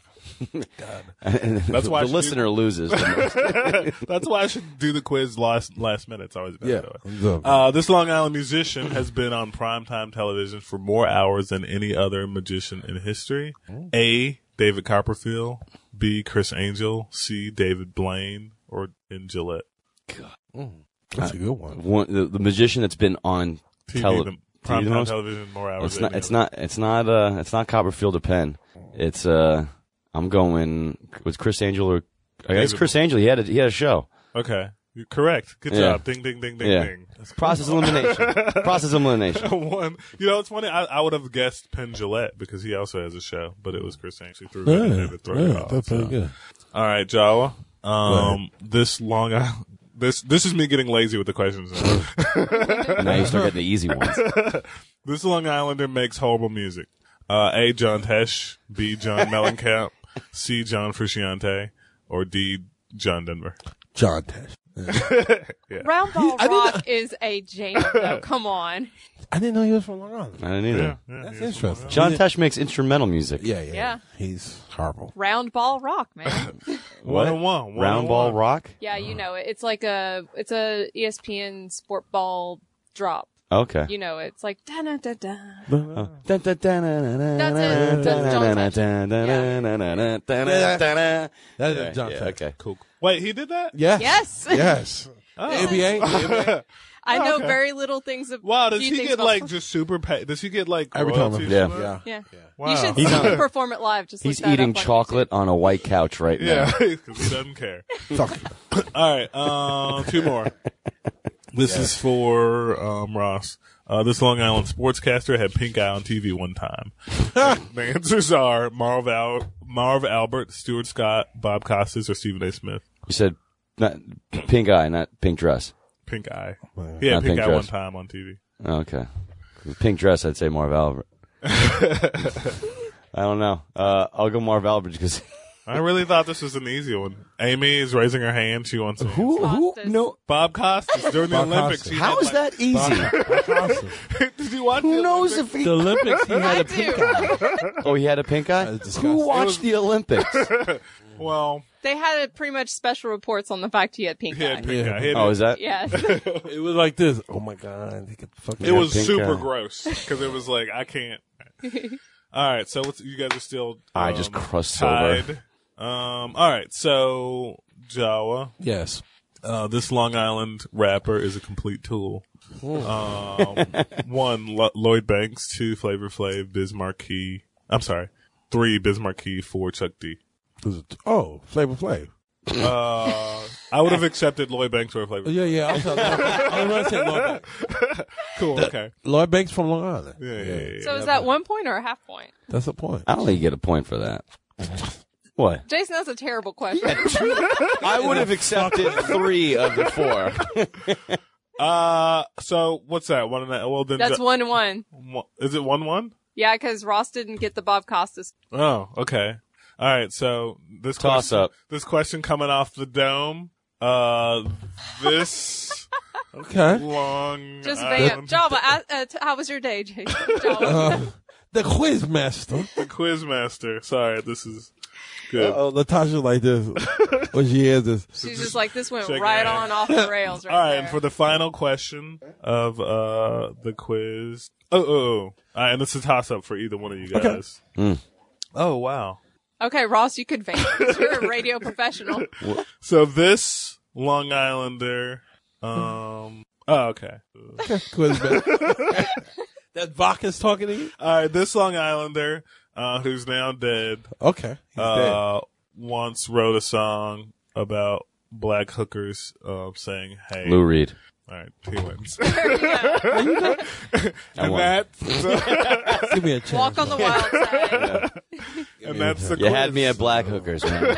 Speaker 5: That's why
Speaker 6: the
Speaker 5: I should
Speaker 6: listener loses. the most.
Speaker 5: That's why I should do the quiz last last minute. It's always better.
Speaker 4: Yeah.
Speaker 5: that way.
Speaker 4: Exactly.
Speaker 5: Uh, this Long Island musician has been on primetime television for more hours than any other magician in history. A. David Copperfield. B. Chris Angel. C. David Blaine. Or in Gillette.
Speaker 4: That's a good one.
Speaker 6: One the, the magician that's been on
Speaker 5: TV,
Speaker 6: tele-
Speaker 5: the,
Speaker 6: TV
Speaker 5: prime
Speaker 6: the
Speaker 5: time
Speaker 6: most?
Speaker 5: television, more hours.
Speaker 6: It's not.
Speaker 5: than
Speaker 6: It's
Speaker 5: the other.
Speaker 6: not. It's not. Uh, it's not Copperfield or Penn. It's. Uh, I'm going with Chris Angel or. I guess
Speaker 5: David-
Speaker 6: Chris Angel. He had a, he had a show.
Speaker 5: Okay, you're correct. Good
Speaker 6: Yeah.
Speaker 5: job. Ding, ding, ding, ding,
Speaker 6: Yeah.
Speaker 5: ding. That's
Speaker 6: Process elimination. Process elimination.
Speaker 5: one. You know, it's funny. I, I would have guessed Penn Gillette because he also has a show, but it was Chris Angley threw it in there to throw it
Speaker 4: yeah,
Speaker 5: off,
Speaker 4: that's
Speaker 5: so.
Speaker 4: pretty good.
Speaker 5: All right, Jawa. Um, this Long Island. This this is me getting lazy with the questions. Now.
Speaker 6: now you start getting the easy ones.
Speaker 5: this Long Islander makes horrible music. Uh, A. John Tesh, B. John Mellencamp, C. John Frusciante, or D. John Denver.
Speaker 4: John Tesh.
Speaker 8: Round Ball
Speaker 4: I didn't-
Speaker 8: Rock is a jam, though. Come on.
Speaker 4: I didn't know he was from Long Island.
Speaker 6: I didn't either.
Speaker 4: That's interesting.
Speaker 6: John Tesh makes instrumental music.
Speaker 4: Yeah, yeah,
Speaker 8: Yeah.
Speaker 4: He's horrible.
Speaker 8: Round Ball Rock, man.
Speaker 5: One on one. one
Speaker 6: Round
Speaker 5: on
Speaker 6: ball
Speaker 5: one.
Speaker 6: rock.
Speaker 8: yeah, you know it. It's like a it's a E ESPN sport ball drop.
Speaker 6: Okay.
Speaker 8: You know, it's like da da da da.
Speaker 6: That's it.
Speaker 8: That's
Speaker 4: That's
Speaker 6: Yeah,
Speaker 4: John
Speaker 6: yeah,
Speaker 4: Tesh.
Speaker 6: okay.
Speaker 4: Cool.
Speaker 5: Wait, he did that?
Speaker 4: Yes.
Speaker 8: Yes.
Speaker 4: Yes. NBA. NBA.
Speaker 8: I know very little things. Of,
Speaker 5: Oh, Wow, does
Speaker 8: few
Speaker 5: he
Speaker 8: things
Speaker 5: get
Speaker 8: about-
Speaker 5: like just super pay? Does he get like
Speaker 4: Every time.
Speaker 5: royalties
Speaker 6: Yeah.
Speaker 5: from that?
Speaker 4: Yeah.
Speaker 8: Yeah.
Speaker 5: Wow.
Speaker 8: You should see him perform it live. Just
Speaker 6: He's
Speaker 8: look that
Speaker 6: eating
Speaker 8: up on
Speaker 6: chocolate on a white couch right
Speaker 5: Yeah,
Speaker 6: now.
Speaker 5: 'cause he doesn't care.
Speaker 4: Fuck you.
Speaker 5: All right, um, two more. This is for um, Ross. Uh, this Long Island sportscaster had pink eye on TV one time. the answers are Marv, Al- Marv Albert, Stuart Scott, Bob Costas, or Stephen A. Smith.
Speaker 6: You said not pink eye, not pink dress.
Speaker 5: Pink eye. He had
Speaker 6: Not
Speaker 5: pink
Speaker 6: pink
Speaker 5: eye one
Speaker 6: dress.
Speaker 5: time on TV.
Speaker 6: Okay. Pink dress, I'd say Marv Albert. I don't know. Uh, I'll go Marv Albert because
Speaker 5: I really thought this was an easy one. Amy is raising her hand. She wants to.
Speaker 6: who?
Speaker 8: who- Costas. no-
Speaker 5: Bob Costas during the
Speaker 4: Bob
Speaker 5: Olympics.
Speaker 4: Costas.
Speaker 5: he
Speaker 6: How
Speaker 5: did,
Speaker 6: is that easy?
Speaker 5: like- did you watch? the
Speaker 6: Who knows
Speaker 5: Olympics?
Speaker 6: if he?
Speaker 9: The Olympics, he had a
Speaker 8: TV. I
Speaker 9: pink
Speaker 8: do.
Speaker 6: Oh, he had a pink eye.
Speaker 4: That's disgusting.
Speaker 6: Who watched the Olympics?
Speaker 5: Well,
Speaker 8: They had uh, pretty much special reports on the fact he had pink
Speaker 5: he had
Speaker 8: eye.
Speaker 5: pink
Speaker 4: Yeah.
Speaker 5: eye. He had
Speaker 6: Oh, is that?
Speaker 8: Yes.
Speaker 4: It was like this. Oh my god. They could fucking
Speaker 5: It was
Speaker 6: pink
Speaker 5: super
Speaker 6: eye.
Speaker 5: gross because it was like I can't. all right, so let's, you guys are still. um,
Speaker 6: I just crushed
Speaker 5: tied.
Speaker 6: silver.
Speaker 5: Um. All right, so Jawa,
Speaker 4: Yes.
Speaker 5: uh, this Long Island rapper is a complete tool.
Speaker 6: Hmm.
Speaker 5: Um, one Lo- Lloyd Banks, two Flavor Flav, Biz Markie. I'm sorry, three Biz Markie, four Chuck D.
Speaker 4: It was a t- oh, Flavor Flav.
Speaker 5: Uh, I would have accepted Lloyd Banks or Flavor.
Speaker 4: Yeah, yeah. I was, I was gonna say Lloyd Banks.
Speaker 5: Cool. Okay.
Speaker 4: Lloyd Banks from Long Island.
Speaker 5: Yeah, yeah, yeah, yeah.
Speaker 8: so is that one point or a half point?
Speaker 4: That's the point.
Speaker 6: I don't think you get a point for that. What?
Speaker 8: Jason, that's a terrible question.
Speaker 6: I would have accepted three of the four.
Speaker 5: Uh, so what's that? One and a, well then
Speaker 8: That's
Speaker 5: Ja-
Speaker 8: one one.
Speaker 5: one. Is it one one?
Speaker 8: Yeah, because Ross didn't get the Bob Costas.
Speaker 5: Oh, okay. All right. So this
Speaker 6: Toss
Speaker 5: question,
Speaker 6: up.
Speaker 5: This question coming off the dome. Uh, this
Speaker 4: Okay.
Speaker 5: long. uh,
Speaker 8: Just vamp.
Speaker 5: Island-
Speaker 8: Java, I- uh, t- how was your day, Jason? Java.
Speaker 5: Uh,
Speaker 4: Uh, The quiz master.
Speaker 5: the quizmaster. Sorry, this is good.
Speaker 4: Oh, Latasha like this. When she hears this.
Speaker 8: She's just like, this went
Speaker 5: Shaking
Speaker 8: right
Speaker 5: her
Speaker 8: on
Speaker 5: head.
Speaker 8: off the rails right
Speaker 5: All right, and
Speaker 8: there.
Speaker 5: for the final question of uh the quiz. Oh, oh, oh. All right, and it's a toss up for either one of you guys.
Speaker 6: Hmm.
Speaker 5: Oh wow.
Speaker 8: okay, Ross, you could vamp. You're a radio professional.
Speaker 5: So this Long Islander. Um. Oh, okay.
Speaker 4: Quiz master. that Bach is talking to you?
Speaker 5: All right, this Long Islander, uh, who's now dead,
Speaker 4: Okay. He's dead.
Speaker 5: uh, once wrote a song about black hookers uh, saying, "Hey,
Speaker 6: Lou Reed.
Speaker 5: all right, he wins."
Speaker 6: I
Speaker 5: and
Speaker 6: won.
Speaker 5: that's uh,
Speaker 4: Give me a chance.
Speaker 8: Walk on the wild side.
Speaker 5: and that's the
Speaker 6: You had
Speaker 5: quiz.
Speaker 6: me at black hookers, man.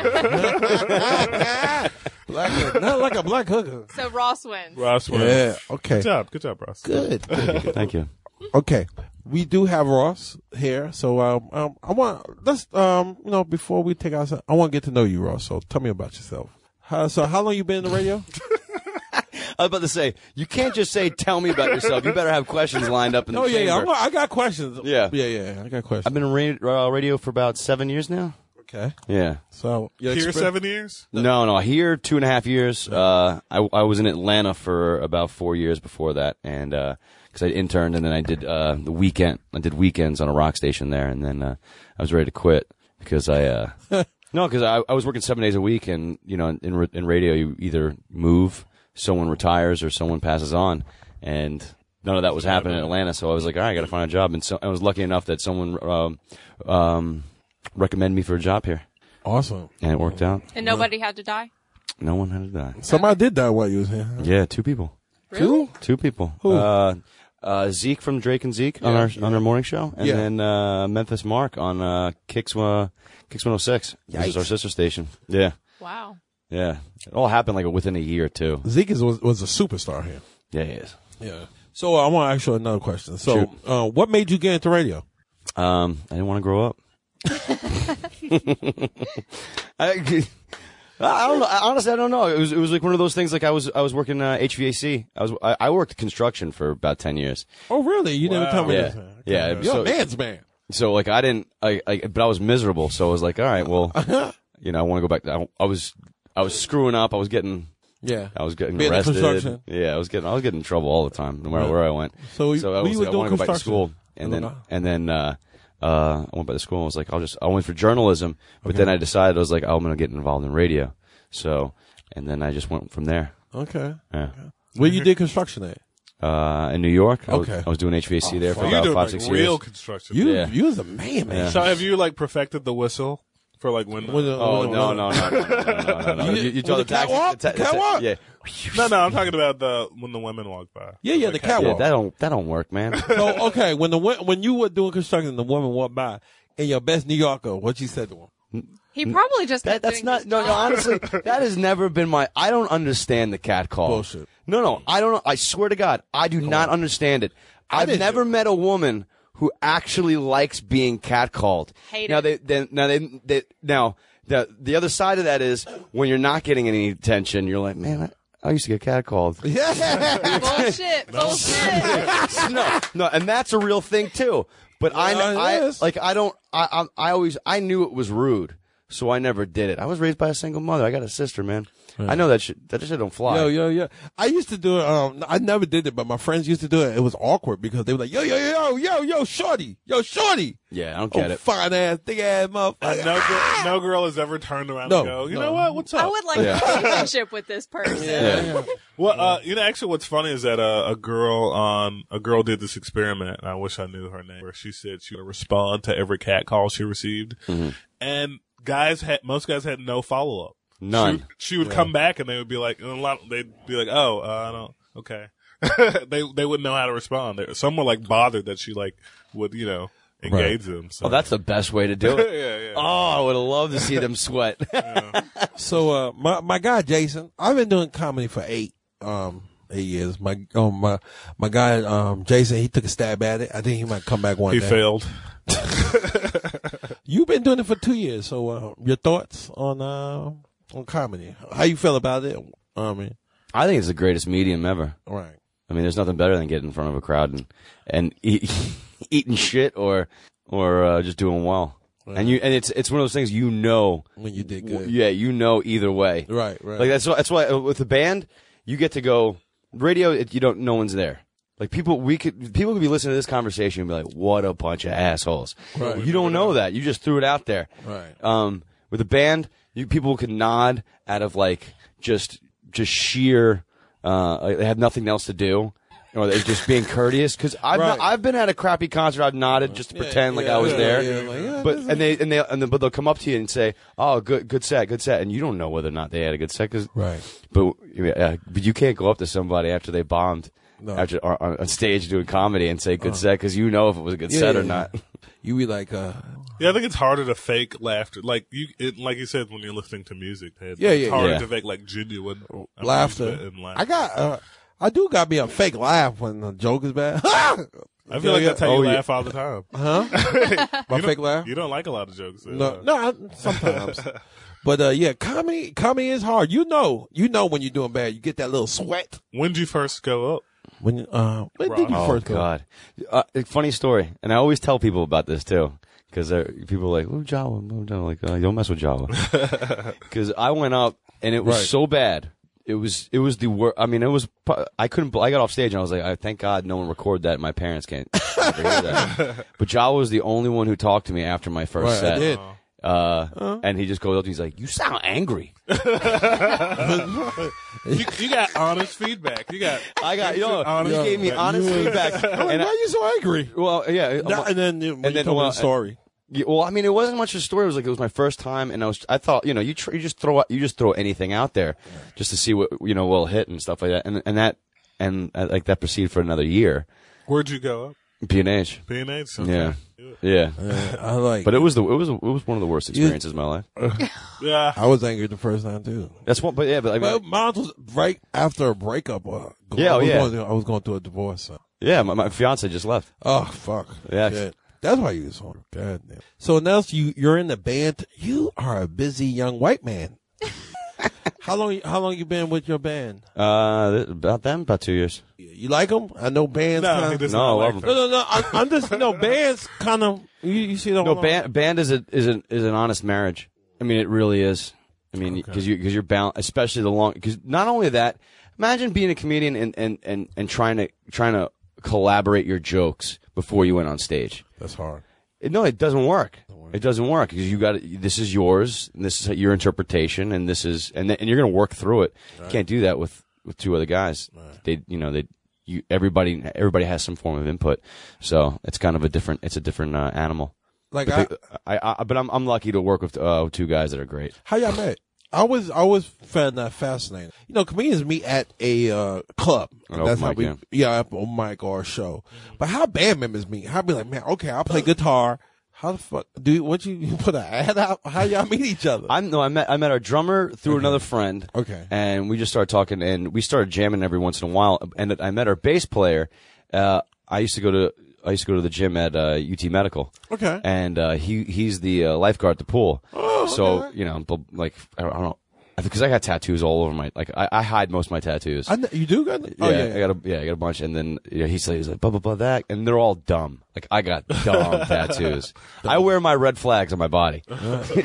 Speaker 4: black hooker. Not like a black hooker.
Speaker 8: So Ross wins.
Speaker 5: Ross wins.
Speaker 4: Yeah. Okay.
Speaker 5: Good job. Good job, Ross.
Speaker 4: Good.
Speaker 6: Thank you.
Speaker 4: Okay, we do have Ross here, so um, um I want let's um, you know, before we take outside, I want to get to know you, Ross. So tell me about yourself. Uh, so how long you been in the radio?
Speaker 6: I was about to say, you can't just say, "Tell me about yourself." You better have questions lined up in the
Speaker 4: oh yeah,
Speaker 6: chamber.
Speaker 4: yeah, I'm, I got questions.
Speaker 6: Yeah.
Speaker 4: yeah, yeah, I got
Speaker 6: I've
Speaker 4: questions.
Speaker 6: been in ra- uh, radio for about seven years now.
Speaker 4: Okay,
Speaker 6: Yeah.
Speaker 4: so your
Speaker 5: Here
Speaker 4: exper-
Speaker 5: seven years.
Speaker 6: No, no. Here, two and a half years. Uh, I, I was in Atlanta for about four years before that, and because I interned, and then I did uh, the weekend. I did weekends on a rock station there, and then uh, I was ready to quit because I uh, no, because I, I was working seven days a week, and you know, in in, ra- in radio, you either move someone retires or someone passes on, and none of that was happening in Atlanta. So I was like, all right, I got to find a job. And so I was lucky enough that someone um, um, recommended me for a job here,
Speaker 4: Awesome.
Speaker 6: and it worked out.
Speaker 8: And nobody had to die?
Speaker 6: No one had to die.
Speaker 4: Somebody did die while you was here. huh?
Speaker 6: Yeah, two people.
Speaker 8: Really?
Speaker 6: Two people. Uh, uh, Zeke from Drake and Zeke on our on our morning show, and
Speaker 4: Yeah.
Speaker 6: then uh, Memphis Mark on uh, Kicks uh, Kicks One Hundred Six, which is our sister station. Yeah,
Speaker 8: Wow.
Speaker 6: yeah. It all happened like within a year too.
Speaker 4: Zeke is, was, was a superstar here.
Speaker 6: Yeah, he is.
Speaker 4: Yeah. So uh, I want to ask you another question. So, uh, what made you get into radio?
Speaker 6: Um, I didn't want to grow up. I, I don't know. I- Honestly, I don't know. It was it was like one of those things. Like I was I was working uh, HVAC. I was I, I worked construction for about ten years.
Speaker 4: Oh, really? You never tell me
Speaker 6: Yeah.
Speaker 4: this. man.
Speaker 6: Yeah.
Speaker 4: You're
Speaker 6: So-
Speaker 4: a man's man.
Speaker 6: so like I didn't I, I but I was miserable so I was like all right well you know I want to go back to, I, I was I was screwing up I was getting
Speaker 4: Yeah.
Speaker 6: I was getting
Speaker 4: Being in
Speaker 6: arrested
Speaker 4: construction.
Speaker 6: yeah I was getting I was getting in trouble all the time no matter where I went
Speaker 4: So you-
Speaker 6: I
Speaker 4: we
Speaker 6: was
Speaker 4: were
Speaker 6: like I
Speaker 4: doing
Speaker 6: want to go back to
Speaker 4: construction.
Speaker 6: school and then
Speaker 4: Illinois.
Speaker 6: and then uh uh I went back to school and was like I'll just I went for journalism but then I decided I was like oh, I'm gonna get involved in radio so and then I just went from there
Speaker 4: Okay.
Speaker 6: yeah.
Speaker 4: Where you did construction at?
Speaker 6: uh in New York I was,
Speaker 4: Okay.
Speaker 6: I
Speaker 4: Oh,
Speaker 6: was doing HVAC there for
Speaker 5: you
Speaker 6: about
Speaker 5: doing
Speaker 6: five
Speaker 5: like
Speaker 6: six
Speaker 5: real
Speaker 6: years
Speaker 5: construction.
Speaker 4: You
Speaker 6: Yeah.
Speaker 4: you was a man, man.
Speaker 5: so have you like perfected the whistle for like
Speaker 4: With
Speaker 5: windows?
Speaker 4: a-
Speaker 6: Oh
Speaker 4: with a-
Speaker 6: no no no no no no! no. You, you
Speaker 4: With
Speaker 6: tell
Speaker 4: the
Speaker 6: the taxi.
Speaker 4: catwalk?
Speaker 6: the ta- the ta-
Speaker 4: Catwalk?
Speaker 6: Yeah,
Speaker 5: No, no, I'm talking about the when the women walk by.
Speaker 4: Yeah, yeah,
Speaker 6: yeah.
Speaker 4: the catwalk.
Speaker 6: That don't that don't work, man.
Speaker 4: so okay, when the wo- when you were doing construction, the woman walked by, and your best New Yorker, what you said to him?
Speaker 8: He probably just
Speaker 6: That,
Speaker 8: kept
Speaker 6: that's
Speaker 8: doing
Speaker 6: not
Speaker 8: his
Speaker 6: no no.
Speaker 8: job.
Speaker 6: Honestly, that has never been my. I don't understand the cat call.
Speaker 4: Bullshit.
Speaker 6: No, no. I don't. I swear to God, I do not understand it. I've
Speaker 4: didn't-
Speaker 6: never met a woman who actually likes being catcalled.
Speaker 8: Hate
Speaker 6: now
Speaker 8: it.
Speaker 6: they, they now they, they now the the other side of that is when you're not getting any attention, you're like, man, I, I used to get catcalled.
Speaker 4: Yeah.
Speaker 8: Bullshit. Bullshit.
Speaker 6: no, no, and that's a real thing too. But I,
Speaker 4: Yeah, it
Speaker 6: I
Speaker 4: is.
Speaker 6: like, I don't, I, I, I always, I knew it was rude, so I never did it. I was raised by a single mother. I got a sister, man. I know that shit. That shit don't fly.
Speaker 4: Yo, yo, yo. I used to do it. Um, I never did it, but my friends used to do it. It was awkward because they were like, yo, yo, yo, yo, yo, shorty, yo, shorty.
Speaker 6: Yeah, I don't
Speaker 4: Oh,
Speaker 6: get it.
Speaker 4: fine ass, thick ass
Speaker 5: Uh,
Speaker 4: motherfucker.
Speaker 5: no, girl, no girl has ever turned around
Speaker 4: No,
Speaker 5: and go, you
Speaker 4: no.
Speaker 5: know what? What's up?
Speaker 8: I would like a relationship with this person.
Speaker 5: Well, uh, you know, actually, what's funny is that uh, a girl on a girl did this experiment, and I wish I knew her name. Where she said she would respond to every cat call she received,
Speaker 6: Mm-hmm.
Speaker 5: and guys had most guys had no follow up.
Speaker 6: None.
Speaker 5: She, would- she would come back, and they would be like, and a lot they'd be like, oh, uh, I don't, okay. they they wouldn't know how to respond. They- Some were like bothered that she like would you know engage them. So.
Speaker 6: Oh, that's the best way to do
Speaker 5: yeah,
Speaker 6: it.
Speaker 5: yeah.
Speaker 6: Oh, I would have loved to see them sweat.
Speaker 4: So, uh, my, my guy, Jason, I've been doing comedy for eight, um, eight years. My, um, my, my guy, um, Jason, he took a stab at it. I think he might come back one
Speaker 5: he
Speaker 4: day.
Speaker 5: failed.
Speaker 4: You've been doing it for two years. So, uh, your thoughts on, uh, on comedy? How you feel about it? I mean,
Speaker 6: I think it's the greatest medium ever.
Speaker 4: all right.
Speaker 6: I mean, there's nothing better than getting in front of a crowd and and eat, eating shit or or uh, just doing well. And you and it's it's one of those things you know
Speaker 4: When you did
Speaker 6: w-
Speaker 4: good.
Speaker 6: Yeah, you know either way.
Speaker 4: Right, right.
Speaker 6: Like that's why- that's why uh, with the band you get to go radio. It, you don't. No one's there. Like people, we could people could be listening to this conversation and be like, "What a bunch of assholes!"
Speaker 4: Right.
Speaker 6: You don't know that. You just threw it out there.
Speaker 4: Right.
Speaker 6: Um, with a band, you people could nod out of like just just sheer. Uh, like, they have nothing else to do. Or they're just being courteous because I've
Speaker 4: Right.
Speaker 6: I've been at a crappy concert. I've nodded just to pretend like
Speaker 4: yeah,
Speaker 6: I was
Speaker 4: yeah,
Speaker 6: there,
Speaker 4: yeah, like, yeah,
Speaker 6: but and they and they and the, but they'll come up to you and say, "Oh, good good set, good set," and you don't know whether or not they had a good set 'cause-
Speaker 4: Right.
Speaker 6: But uh, but you can't go up to somebody after they bombed after on, on stage doing comedy and say good set because you know if it was a good set or
Speaker 4: Uh-huh. yeah, yeah.
Speaker 6: not.
Speaker 4: You be like, uh,
Speaker 5: Yeah, I think it's harder to fake laughter. Like you, it, like you said, when you're listening to music, Ted,
Speaker 4: Yeah,
Speaker 5: it's
Speaker 4: yeah,
Speaker 5: harder
Speaker 6: yeah.
Speaker 5: to fake like genuine amusement
Speaker 4: laughter.
Speaker 5: And laughter.
Speaker 4: I got, uh, I do got me a fake laugh when the joke is bad.
Speaker 5: I feel
Speaker 4: Yeah,
Speaker 5: like
Speaker 4: yeah.
Speaker 5: that's how
Speaker 6: Oh,
Speaker 5: you
Speaker 6: yeah.
Speaker 5: laugh all the time.
Speaker 4: My fake laugh.
Speaker 5: You don't like a lot of jokes. uh,
Speaker 4: No, no, I, sometimes. but uh, yeah, comedy, comedy is hard. You know, you know when you're doing bad, you get that little sweat.
Speaker 5: When did you first go up?
Speaker 4: When you- uh, when did you
Speaker 5: Right.
Speaker 4: first go?
Speaker 6: Oh, God, uh, funny story, and I always tell people about this too because people are like, "Oh, Java," no, no," like uh, don't mess with Java because I went up and it was
Speaker 4: Right.
Speaker 6: so bad. It was it was the worst. I mean, it was. pu- I couldn't. I got off stage and I was like, I thank God no one recorded that. and My parents can't. hear that." But Java was the only one who talked to me after my first
Speaker 4: Right, I
Speaker 6: set.
Speaker 4: did.
Speaker 6: Uh, And he just goes up to me, he's like, "You sound angry."
Speaker 5: You, you got honest feedback. You got.
Speaker 6: I got you.
Speaker 5: Yo,
Speaker 6: Know,
Speaker 5: yo,
Speaker 6: he gave me
Speaker 5: yo.
Speaker 6: honest feedback, and
Speaker 4: Why
Speaker 6: I,
Speaker 4: are you so angry?
Speaker 6: well, yeah.
Speaker 4: Nah, and then you, when you
Speaker 6: then,
Speaker 4: told me
Speaker 6: well,
Speaker 4: the story.
Speaker 6: Yeah, well, I mean, it wasn't much of a story. It was like it was my first time, and I was I thought you know you, tr- you just throw you just throw anything out there just to see what you know will hit and stuff like that, and and that and uh, like that proceeded for another year.
Speaker 5: Where'd you go up?
Speaker 6: PNH.
Speaker 5: P and H.
Speaker 6: Yeah. Yeah.
Speaker 4: I like.
Speaker 6: But it was the it was it was one of the worst experiences of my life.
Speaker 5: Yeah.
Speaker 4: I was angry the first time too.
Speaker 6: That's one. But yeah, but like,
Speaker 4: Well, mine was right after a breakup. Uh,
Speaker 6: Yeah,
Speaker 4: I
Speaker 6: oh,
Speaker 4: was
Speaker 6: yeah.
Speaker 4: Going through, I was going through a divorce. So.
Speaker 6: yeah, my, my fiance just left.
Speaker 4: Oh fuck.
Speaker 6: Yeah.
Speaker 4: Shit. That's why you was hungry. God damn. So now you you're in the band. You are a busy young white man. how long how long you been with your band?
Speaker 6: Uh, th- about them, about two years.
Speaker 4: You like them? I know bands.
Speaker 5: No,
Speaker 4: kinda-
Speaker 5: he does
Speaker 6: No,
Speaker 5: not
Speaker 6: I
Speaker 5: like
Speaker 6: love
Speaker 4: no,
Speaker 5: that.
Speaker 4: no, no. I, I'm just no bands. Kind of. You, you see the
Speaker 6: No, band band is a, is an is an honest marriage. I mean, it really is. I mean, because you because you're bound, especially the long. Because not only that, imagine being a comedian and, and, and, and trying to trying to collaborate your jokes before you went on stage.
Speaker 4: That's hard.
Speaker 6: It- No, it doesn't work. It doesn't work because you got this is yours. And this is your interpretation, and this is and th- and you're gonna work through it. You can't do that with with two other guys. They you know they you everybody everybody has some form of input, so it's kind of a different it's a different uh, animal.
Speaker 4: Like I,
Speaker 6: But, they- I, I, but I'm I'm lucky to work with uh, two guys that are great.
Speaker 4: How y'all met? I was I always found that fascinating. You know, comedians meet at a uh, club.
Speaker 6: An open
Speaker 4: That's how
Speaker 6: mic,
Speaker 4: we
Speaker 6: yeah.
Speaker 4: yeah, at open mic or a show. But how band members meet? How be like, man, okay, I'll play guitar. How the fuck do you, what you, you put an ad out? How y'all meet each other?
Speaker 6: I'm no I met I met our drummer through another friend.
Speaker 4: Okay.
Speaker 6: and we just started talking and we started jamming every once in a while. And I met our bass player. Uh, I used to go to I used to go to the gym at uh, UT Medical.
Speaker 4: Okay.
Speaker 6: and uh, he he's the uh, lifeguard at the pool.
Speaker 4: Oh,
Speaker 6: so you know, but like I don't, I don't know, because I got tattoos all over my like I, I hide most of my tattoos.
Speaker 4: I kn- you do oh, got
Speaker 6: yeah,
Speaker 5: Oh,
Speaker 6: I got a yeah, I got a bunch, and then you know, he's like, he's like blah blah blah that, and they're all dumb. Like I got dumb tattoos. I wear my red flags on my body,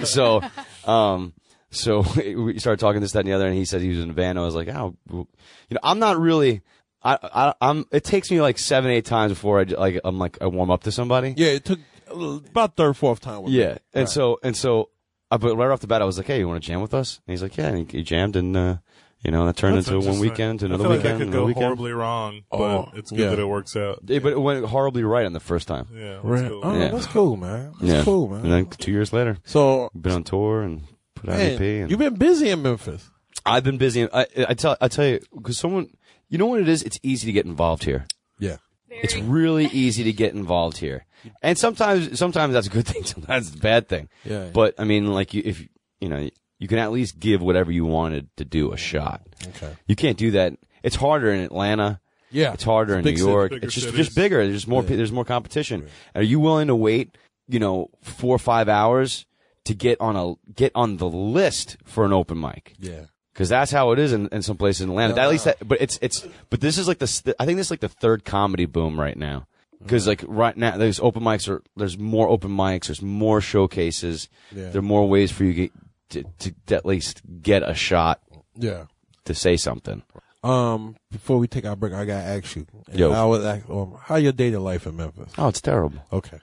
Speaker 6: so um, so we started talking this that and the other, and he said he was in a band. I was like, oh, you know, I'm not really. I, I I'm. It takes me like seven eight times before I j- like I'm like I warm up to somebody.
Speaker 4: yeah, it took uh, about third fourth time. With
Speaker 6: Yeah, and so and so, uh, but right off the bat, I was like, "Hey, you want to jam with us?" And he's like, "Yeah." And he, he jammed, and uh, you know, that turned
Speaker 5: That's
Speaker 6: into one
Speaker 5: interesting.
Speaker 6: weekend to
Speaker 5: I
Speaker 6: another
Speaker 5: feel like
Speaker 6: weekend.
Speaker 5: That could
Speaker 6: another
Speaker 5: go
Speaker 6: weekend.
Speaker 5: horribly wrong, but
Speaker 4: Oh,
Speaker 5: it's good
Speaker 4: yeah.
Speaker 5: that it works out.
Speaker 6: Yeah, but it went horribly right on the first time.
Speaker 5: Yeah.
Speaker 4: me.
Speaker 5: That's cool.
Speaker 4: Oh,
Speaker 6: Yeah.
Speaker 4: that's cool, man. That's
Speaker 6: yeah,
Speaker 4: cool, man.
Speaker 6: And then two years later,
Speaker 4: so,
Speaker 6: been on tour and put out an EP.
Speaker 4: man,
Speaker 6: And
Speaker 4: you've been busy in Memphis.
Speaker 6: I've been busy. I, I tell I tell you, because someone, you know what it is? It's easy to get involved here.
Speaker 4: Yeah.
Speaker 6: It's really easy to get involved here, and sometimes sometimes that's a good thing, sometimes it's a bad thing.
Speaker 4: Yeah.
Speaker 6: But I mean, like you, if you know, you can at least give whatever you wanted to do a shot.
Speaker 4: Okay.
Speaker 6: You can't do that. It's harder in Atlanta.
Speaker 4: Yeah.
Speaker 6: It's harder
Speaker 4: big
Speaker 6: in New
Speaker 4: city,
Speaker 6: York.
Speaker 5: bigger
Speaker 6: It's just
Speaker 5: cities.
Speaker 6: just bigger. There's just more. pe There's more competition. Are you willing to wait? You know, four or five hours to get on a get on the list for an open mic
Speaker 4: Yeah.
Speaker 6: because that's how it is in, in some places in Atlanta. At least, that, but it's it's but this is like the st- I think this is like the third comedy boom right now. Because like right now, there's open mics or there's more open mics. There's more showcases.
Speaker 4: Yeah.
Speaker 6: There are more ways for you to, to to at least get a shot
Speaker 4: Yeah.
Speaker 6: to say something.
Speaker 4: Um, before we take our break, I gotta ask you. And
Speaker 6: Yo.
Speaker 4: I would ask, um, how your dating life in Memphis?
Speaker 6: Oh, it's terrible.
Speaker 4: Okay.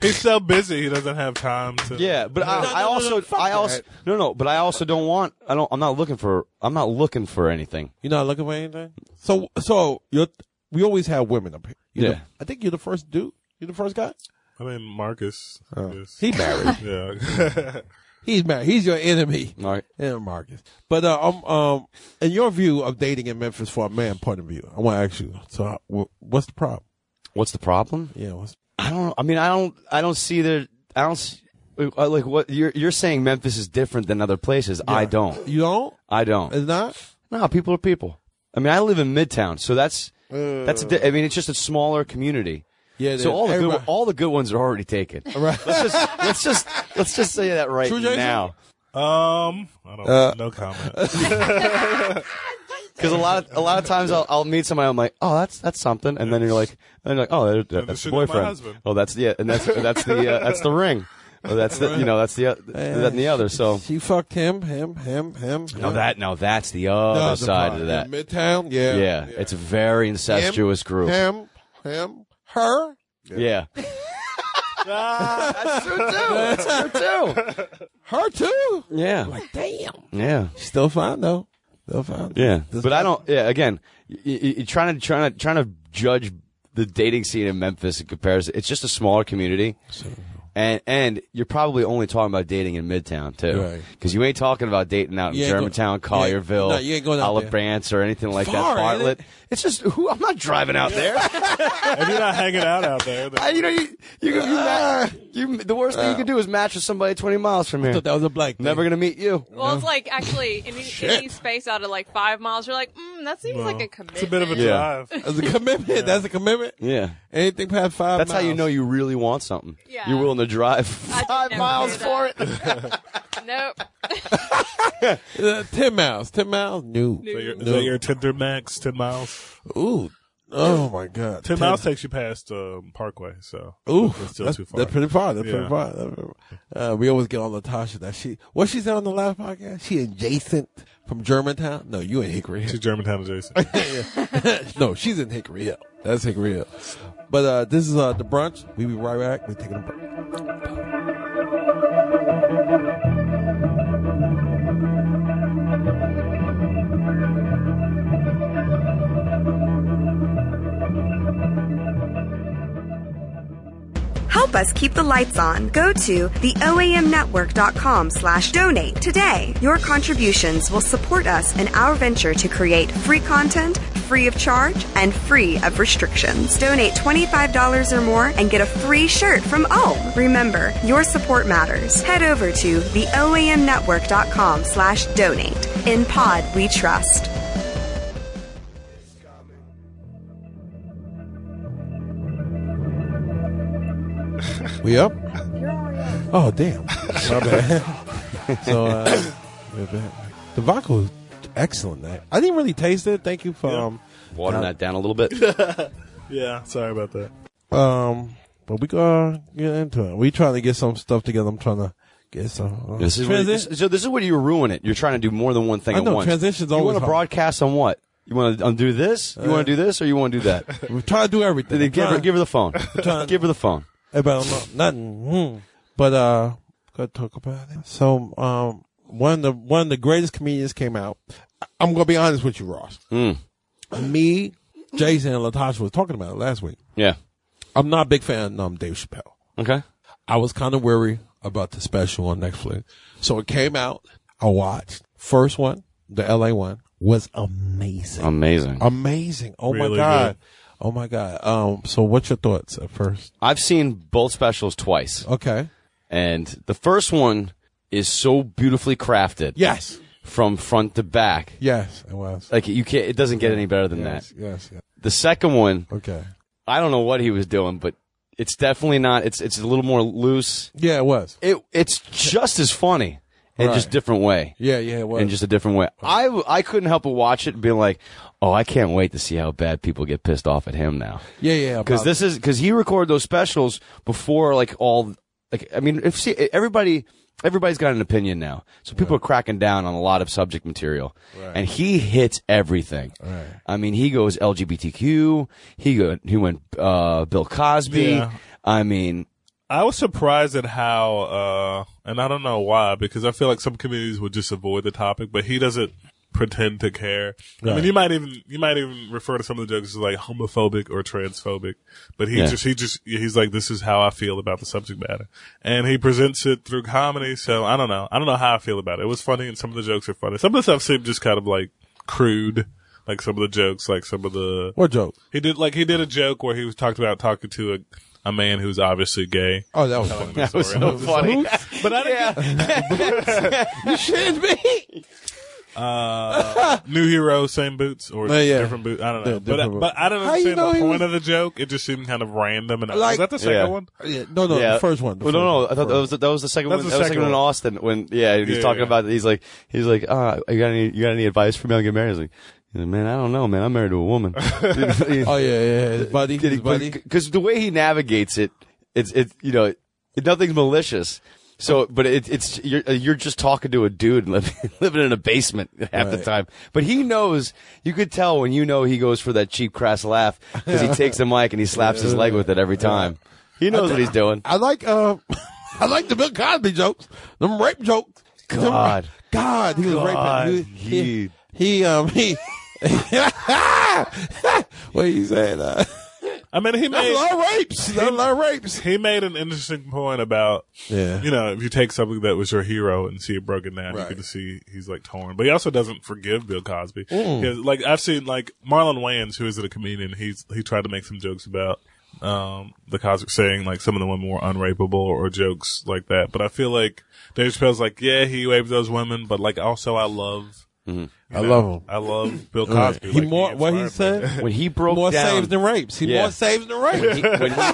Speaker 5: He's so busy, he doesn't have time to.
Speaker 6: Yeah, but I, I also I also no no, but I also don't want I don't I'm not looking for I'm not looking for anything.
Speaker 4: You're not looking for anything. So, so you're. We always have women up here. You're
Speaker 6: Yeah.
Speaker 4: the- I think you're the first dude. You're the first guy.
Speaker 5: I mean, Marcus. is-
Speaker 4: Oh. He married.
Speaker 5: yeah.
Speaker 4: He's married. He's your enemy.
Speaker 6: All right.
Speaker 4: Yeah, Marcus. But uh, um, um, in your view of dating in Memphis for a man point of view, I want to ask you. So, uh, wh- what's the problem?
Speaker 6: What's the problem?
Speaker 4: Yeah, what's
Speaker 6: I don't. I mean, I don't. I don't see there. I don't s- uh, like what you're. You're saying Memphis is different than other places. I don't.
Speaker 4: you don't?
Speaker 6: I don't.
Speaker 4: It's not.
Speaker 6: No, people are people. I mean, I live in Midtown, so that's
Speaker 4: Uh,
Speaker 6: that's. A di- I mean, it's just a smaller community.
Speaker 4: Yeah.
Speaker 6: So all the good,
Speaker 4: everybody-
Speaker 6: all the good ones are already taken. Right. Let's just let's just let's just say that right
Speaker 4: True, Jason?
Speaker 6: now,
Speaker 5: Um, I don't.
Speaker 4: Uh.
Speaker 5: no comment.
Speaker 6: because a lot of a lot of times I'll, I'll meet somebody. I'm like, oh, that's that's something, and then you're like, and you're like, oh, that- that- that's
Speaker 5: should
Speaker 6: the
Speaker 5: be my
Speaker 6: boyfriend.
Speaker 5: husband.
Speaker 6: Oh, that's yeah, and that's that's the uh, that's the ring. Oh, that's the you know that's the uh, that and the other. So
Speaker 4: She fucked him, him, him, him.
Speaker 6: No,
Speaker 4: him.
Speaker 6: that no, that's the other
Speaker 4: That's the
Speaker 6: side
Speaker 4: problem.
Speaker 6: of that.
Speaker 4: Midtown. Yeah.
Speaker 6: Yeah, it's a very incestuous group.
Speaker 4: Him, him, her.
Speaker 6: Yeah, That's true too. That's true too.
Speaker 4: Her too.
Speaker 6: Yeah.
Speaker 4: Like damn.
Speaker 6: Yeah.
Speaker 4: Still fine though. Still fine.
Speaker 6: Yeah,
Speaker 4: This-
Speaker 6: but I don't. Yeah, again, you, you trying to trying to trying to judge the dating scene in Memphis in comparison. It's just a smaller community, and and you're probably only talking about dating in Midtown too,
Speaker 4: Right.
Speaker 6: because you ain't talking about dating out in
Speaker 4: You ain't go-
Speaker 6: Germantown,
Speaker 4: yeah,
Speaker 6: Collierville,
Speaker 4: no, you ain't going out
Speaker 6: Olive
Speaker 4: there.
Speaker 6: Branch, or anything like
Speaker 4: Far,
Speaker 6: that.
Speaker 4: ain't
Speaker 6: Bartlett.
Speaker 4: it?
Speaker 6: It's just who I'm not driving out there.
Speaker 5: If you're not hanging out out there, then
Speaker 6: I- you know, you you, you, ma- you the worst thing you can do is match with somebody 20 miles from
Speaker 4: Ah. I
Speaker 6: here.
Speaker 4: thought that was a black. thing.
Speaker 6: Never gonna meet you.
Speaker 8: Well, it's like actually any, any space out of like five miles, you're like, mm, that seems like a commitment.
Speaker 5: it's a bit of a
Speaker 6: Yeah.
Speaker 5: drive.
Speaker 4: That's a commitment. That's a commitment.
Speaker 6: Yeah.
Speaker 4: Anything past five.
Speaker 6: That's how you
Speaker 4: miles.
Speaker 6: know you really want something.
Speaker 8: Yeah.
Speaker 6: You're willing to drive
Speaker 8: I'd
Speaker 6: five
Speaker 8: never
Speaker 6: miles
Speaker 8: do
Speaker 6: for
Speaker 8: that.
Speaker 6: it.
Speaker 8: nope.
Speaker 4: Uh, ten miles. Ten miles. New.
Speaker 5: Is that your, is that your Tinder max? Ten miles.
Speaker 4: Ooh. Oh my God.
Speaker 5: Ten, miles takes you past um, Parkway, so
Speaker 4: Ooh,
Speaker 5: it's still
Speaker 4: that's,
Speaker 5: too far.
Speaker 4: that's pretty far. That's
Speaker 5: Yeah.
Speaker 4: pretty far. That's pretty far. Uh, we always get on Latasha that she what she said on the last podcast. She adjacent from Germantown. No, you in Hickory
Speaker 5: to
Speaker 4: Hill.
Speaker 5: Germantown adjacent.
Speaker 4: no, she's in Hickory Hill. That's Hickory Hill. But uh, this is uh, the brunch. We be right back. We taking a break.
Speaker 2: Help us keep the lights on. Go to theoamnetwork.com slash donate today. Your contributions will support us in our venture to create free content, free of charge, and free of restrictions. Donate $25 or more and get a free shirt from Ohm. Remember, your support matters. Head over to theoamnetwork.com slash donate. In pod, we trust.
Speaker 4: We up? Oh damn! My bad. so uh, we're back. the vodka was excellent. Night. I didn't really taste it. Thank you for um,
Speaker 6: Water that down a little bit.
Speaker 5: yeah, sorry about that.
Speaker 4: Um, but we gotta get into it. We trying to get some stuff together. I'm trying to get some. uh,
Speaker 6: This is what,
Speaker 4: transi-
Speaker 6: this, so this is where you ruin it. You're trying to do more than one thing
Speaker 4: I
Speaker 6: at
Speaker 4: know,
Speaker 6: once.
Speaker 4: transition's
Speaker 6: You
Speaker 4: always
Speaker 6: want to
Speaker 4: hard.
Speaker 6: broadcast on what? You want to undo this? You want to do this, or you want to do that?
Speaker 4: we try to do everything.
Speaker 6: Then give her,
Speaker 4: Trying-
Speaker 6: give her the phone.
Speaker 4: trying-
Speaker 6: give her the phone.
Speaker 4: Hey, but I don't know, nothing. hmm. But uh, gotta talk about it. So um, one of the one of the greatest comedians came out. I- I'm gonna be honest with you, Ross. Me, Jason, and Latasha was talking about it last week.
Speaker 6: Yeah.
Speaker 4: I'm not a big fan of um, Dave Chappelle.
Speaker 6: Okay.
Speaker 4: I was kind of worried about the special on Netflix. So it came out. I watched first one, the LA one, was amazing.
Speaker 6: Amazing.
Speaker 4: Amazing. Oh my
Speaker 5: Really
Speaker 4: god.
Speaker 5: good.
Speaker 4: Oh my god. Um so what's your thoughts at first?
Speaker 6: I've seen both specials twice,
Speaker 4: Okay.
Speaker 6: and the first one is so beautifully crafted
Speaker 4: Yes.
Speaker 6: from front to back.
Speaker 4: Yes, it was.
Speaker 6: Like you can't. It doesn't get any better than
Speaker 4: Yes,
Speaker 6: that.
Speaker 4: yes, yes.
Speaker 6: The second one,
Speaker 4: Okay.
Speaker 6: I don't know what he was doing, but it's definitely not. It's it's a little more loose.
Speaker 4: Yeah, it was.
Speaker 6: It it's just as funny in
Speaker 4: Right.
Speaker 6: just different way.
Speaker 4: Yeah, yeah, it was.
Speaker 6: in just a different way. I, w- I couldn't help but watch it and be like, oh, I can't wait to see how bad people get pissed off at him now.
Speaker 4: yeah, yeah.
Speaker 6: Because
Speaker 4: about-
Speaker 6: this is because he recorded those specials before like all like I mean if see everybody everybody's got an opinion now, so people are cracking down on a lot of subject material, and he hits everything. I mean, he goes LGBTQ. He go, he went uh, Bill Cosby.
Speaker 5: Yeah.
Speaker 6: I mean,
Speaker 5: I was surprised at how, uh, and I don't know why, because I feel like some comedians would just avoid the topic, but he doesn't pretend to care. I mean, you might even you might even refer to some of the jokes as like homophobic or transphobic, but he
Speaker 6: Yeah.
Speaker 5: just he just he's like, this is how I feel about the subject matter, and he presents it through comedy. So I don't know, I don't know how I feel about it. It was funny, and some of the jokes are funny. Some of the stuff seemed just kind of like crude, like some of the jokes, like some of the
Speaker 4: what joke?
Speaker 5: he did like he did a joke where he was talked about talking to a a man who's obviously gay.
Speaker 4: Oh, that was funny.
Speaker 5: That
Speaker 6: was so funny.
Speaker 5: But I didn't
Speaker 4: you shitting me?
Speaker 5: uh, New Hero, same boots or
Speaker 4: Yeah, yeah.
Speaker 5: different boots. I don't know.
Speaker 4: Yeah,
Speaker 5: but, I,
Speaker 4: different
Speaker 5: but I don't
Speaker 4: How you
Speaker 5: understand
Speaker 4: know
Speaker 5: the
Speaker 4: he
Speaker 5: point
Speaker 4: was-
Speaker 5: of the joke. It just seemed kind of random. And
Speaker 4: Like-
Speaker 5: was that the second
Speaker 6: Yeah.
Speaker 5: one?
Speaker 4: Yeah, no, no, the first one. the
Speaker 6: Well,
Speaker 4: first
Speaker 6: no, no.
Speaker 4: one,
Speaker 6: I thought that
Speaker 4: first
Speaker 6: was the, that was the second
Speaker 5: That's
Speaker 6: one.
Speaker 5: the
Speaker 6: that was the second
Speaker 5: second
Speaker 6: one in
Speaker 5: one.
Speaker 6: Austin when yeah, he's
Speaker 5: Yeah,
Speaker 6: talking
Speaker 5: yeah.
Speaker 6: about he's like he's like ah, you got any you got any advice for me on getting married? He's like, he's like, man, I don't know, man. I'm married to a woman.
Speaker 4: Oh yeah, yeah, yeah. His buddy, his buddy.
Speaker 6: Because the way he navigates it, it's it's you know it, nothing's malicious. So, but it, it's you're uh, you're just talking to a dude living, living in a basement half the
Speaker 4: Right.
Speaker 6: time. But he knows. You could tell when you know he goes for that cheap, crass laugh because he takes the mic and he slaps his leg with it every time. He knows what he's doing.
Speaker 4: I like uh, I like the Bill Cosby jokes, them rape jokes. Them-
Speaker 6: God.
Speaker 4: God, he was
Speaker 6: God,
Speaker 4: raping. He, he, he, um, he. what you saying? Uh,
Speaker 5: I mean, he
Speaker 4: that's a
Speaker 5: made
Speaker 4: lot of rapes. That's a lot of rapes.
Speaker 5: he made an interesting point about
Speaker 4: Yeah.
Speaker 5: you know if you take something that was your hero and see it broken down,
Speaker 4: Right.
Speaker 5: you get to see he's like torn. But he also doesn't forgive Bill Cosby.
Speaker 4: Mm.
Speaker 5: He has- Like I've seen like Marlon Wayans, who is a comedian, he's he tried to make some jokes about um the Cosby saying like some of the women were unrapeable or jokes like that. But I feel like Dave Chappelle's like, yeah, he raped those women, but like also I love. you
Speaker 4: Mm-hmm. I love him.
Speaker 5: I love Bill Cosby.
Speaker 4: He
Speaker 5: Like,
Speaker 4: more what he
Speaker 5: inspired me.
Speaker 4: said.
Speaker 6: When he broke
Speaker 4: more
Speaker 6: down,
Speaker 4: saves than rapes. He
Speaker 6: Yeah.
Speaker 4: more saves than rapes.
Speaker 6: he- when, he,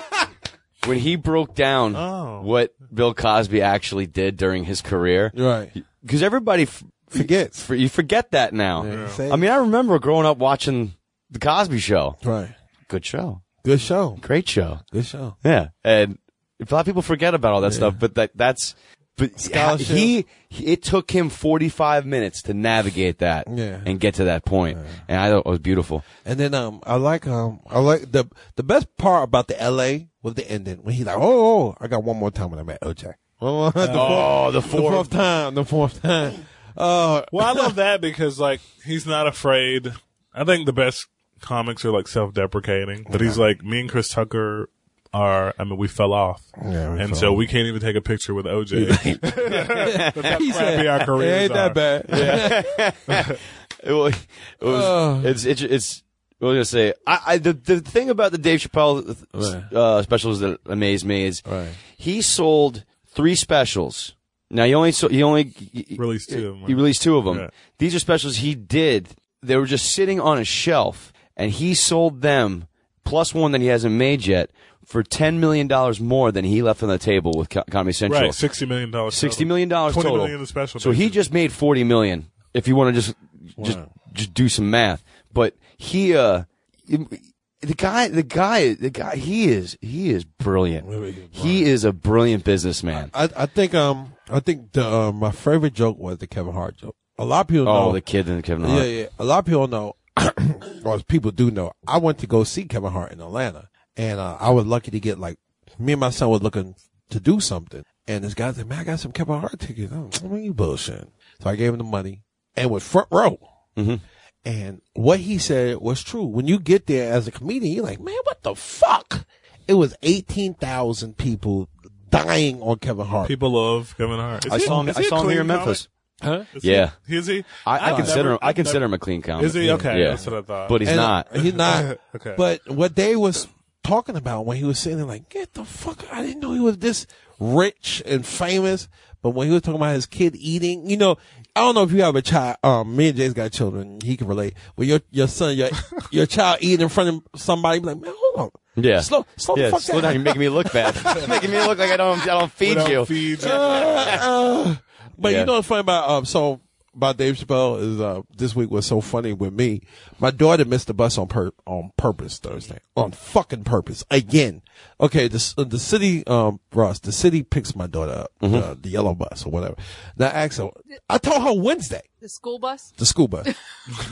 Speaker 6: when he broke down
Speaker 5: Oh.
Speaker 6: what Bill Cosby actually did during his career,
Speaker 4: right.
Speaker 6: because everybody f-
Speaker 4: Forgets.
Speaker 6: for, you forget that now.
Speaker 4: Yeah.
Speaker 6: I mean, I remember growing up watching the Cosby Show.
Speaker 4: Right.
Speaker 6: Good show,
Speaker 4: Good show.
Speaker 6: great show.
Speaker 4: Good show.
Speaker 6: Yeah, and a lot of people forget about all that stuff, but that that's but
Speaker 4: Scholarship.
Speaker 6: he, he it took him 45 minutes to navigate that
Speaker 4: Yeah.
Speaker 6: and get to that point. And I thought it was beautiful.
Speaker 4: And then um, I like um, I like the the best part about the L.A. was the ending when he's like, oh, oh, I got one more time when I met OJ. Oh, the
Speaker 6: Oh, the
Speaker 4: fourth, the
Speaker 6: fourth-
Speaker 4: fourth time, the fourth time. Uh,
Speaker 5: Well, I love that because like he's not afraid. I think the best comics are like self-deprecating, but he's like me and Chris Tucker are. I mean, we fell off,
Speaker 4: Yeah, we
Speaker 5: and
Speaker 4: fell
Speaker 5: so we can't even take a picture with OJ. That's how
Speaker 4: he said,
Speaker 5: crappy our
Speaker 4: it
Speaker 5: careers
Speaker 4: ain't that
Speaker 5: are.
Speaker 4: bad. Yeah.
Speaker 6: It was, it was
Speaker 4: Oh.
Speaker 6: it's it's it's I was gonna say I, I the the thing about the Dave Chappelle
Speaker 4: Right.
Speaker 6: uh, specials that amazed me is
Speaker 4: Right.
Speaker 6: he sold three specials. Now he only sold, he only
Speaker 5: Released two of 'em,
Speaker 6: He
Speaker 5: right?
Speaker 6: released two of them.
Speaker 5: Yeah.
Speaker 6: These are specials he did. They were just sitting on a shelf, and he sold them plus one that he hasn't made yet for ten million dollars more than he left on the table with Co- Comedy Central.
Speaker 5: Right, sixty million dollars.
Speaker 6: Sixty million dollars
Speaker 5: Twenty
Speaker 6: total.
Speaker 5: million in the special.
Speaker 6: So he
Speaker 5: features.
Speaker 6: just made forty million. If you want to just just just do some math, but he uh the guy the guy the guy he is he is brilliant. He is a brilliant businessman.
Speaker 4: I, I think um, I think the uh, my favorite joke was the Kevin Hart joke. A lot of people
Speaker 6: Oh,
Speaker 4: know
Speaker 6: the kid and Kevin
Speaker 4: Yeah,
Speaker 6: Hart.
Speaker 4: yeah. A lot of people know, or as people do know, I went to go see Kevin Hart in Atlanta, and uh, I was lucky to get like me and my son were looking to do something, and this guy said, "Man, I got some Kevin Hart tickets." I'm like, "Man, you bullshit." So I gave him the money and was front row.
Speaker 6: Mm-hmm.
Speaker 4: And what he said was true. When you get there as a comedian, you're like, "Man, what the fuck?" It was eighteen thousand people dying on Kevin Hart.
Speaker 5: people love Kevin Hart. Is
Speaker 6: I
Speaker 5: he-
Speaker 6: saw him.
Speaker 5: is
Speaker 6: I
Speaker 5: he a
Speaker 6: saw him here in
Speaker 5: clean
Speaker 6: Memphis.
Speaker 5: comic? Is
Speaker 6: Yeah.
Speaker 5: he, is he?
Speaker 6: I, I
Speaker 5: I've
Speaker 6: consider
Speaker 5: never-
Speaker 6: him. I
Speaker 5: I've
Speaker 6: consider
Speaker 5: never-
Speaker 6: him a clean comic.
Speaker 5: Is he okay?
Speaker 6: Yeah.
Speaker 5: That's what I thought. uh,
Speaker 6: But he's
Speaker 4: And uh,
Speaker 6: not.
Speaker 4: He's not.
Speaker 5: Okay.
Speaker 4: But what they was talking about when he was sitting there, like, get the fuck! I didn't know he was this rich and famous. But when he was talking about his kid eating, you know, I don't know if you have a child. Um, me and Jay's got children. He can relate. When your your son, your your child eating in front of somebody, be like, man, hold on,
Speaker 6: Yeah.
Speaker 4: slow, slow
Speaker 6: yeah,
Speaker 4: the fuck
Speaker 6: slow
Speaker 4: down.
Speaker 6: down. You're making me look bad. You're making me look like I don't. I don't feed
Speaker 5: We don't
Speaker 6: you.
Speaker 5: feed you.
Speaker 4: Uh, but
Speaker 6: Yeah.
Speaker 4: you know what's funny about um so about Dave Chappelle is uh this week was so funny with me. My daughter missed the bus on pur- on purpose Thursday on fucking purpose again. Okay, the uh, the city um Ross the city picks my daughter up uh, the yellow bus or whatever. Now I asked her. I told her Wednesday
Speaker 8: The school bus?
Speaker 4: the school bus,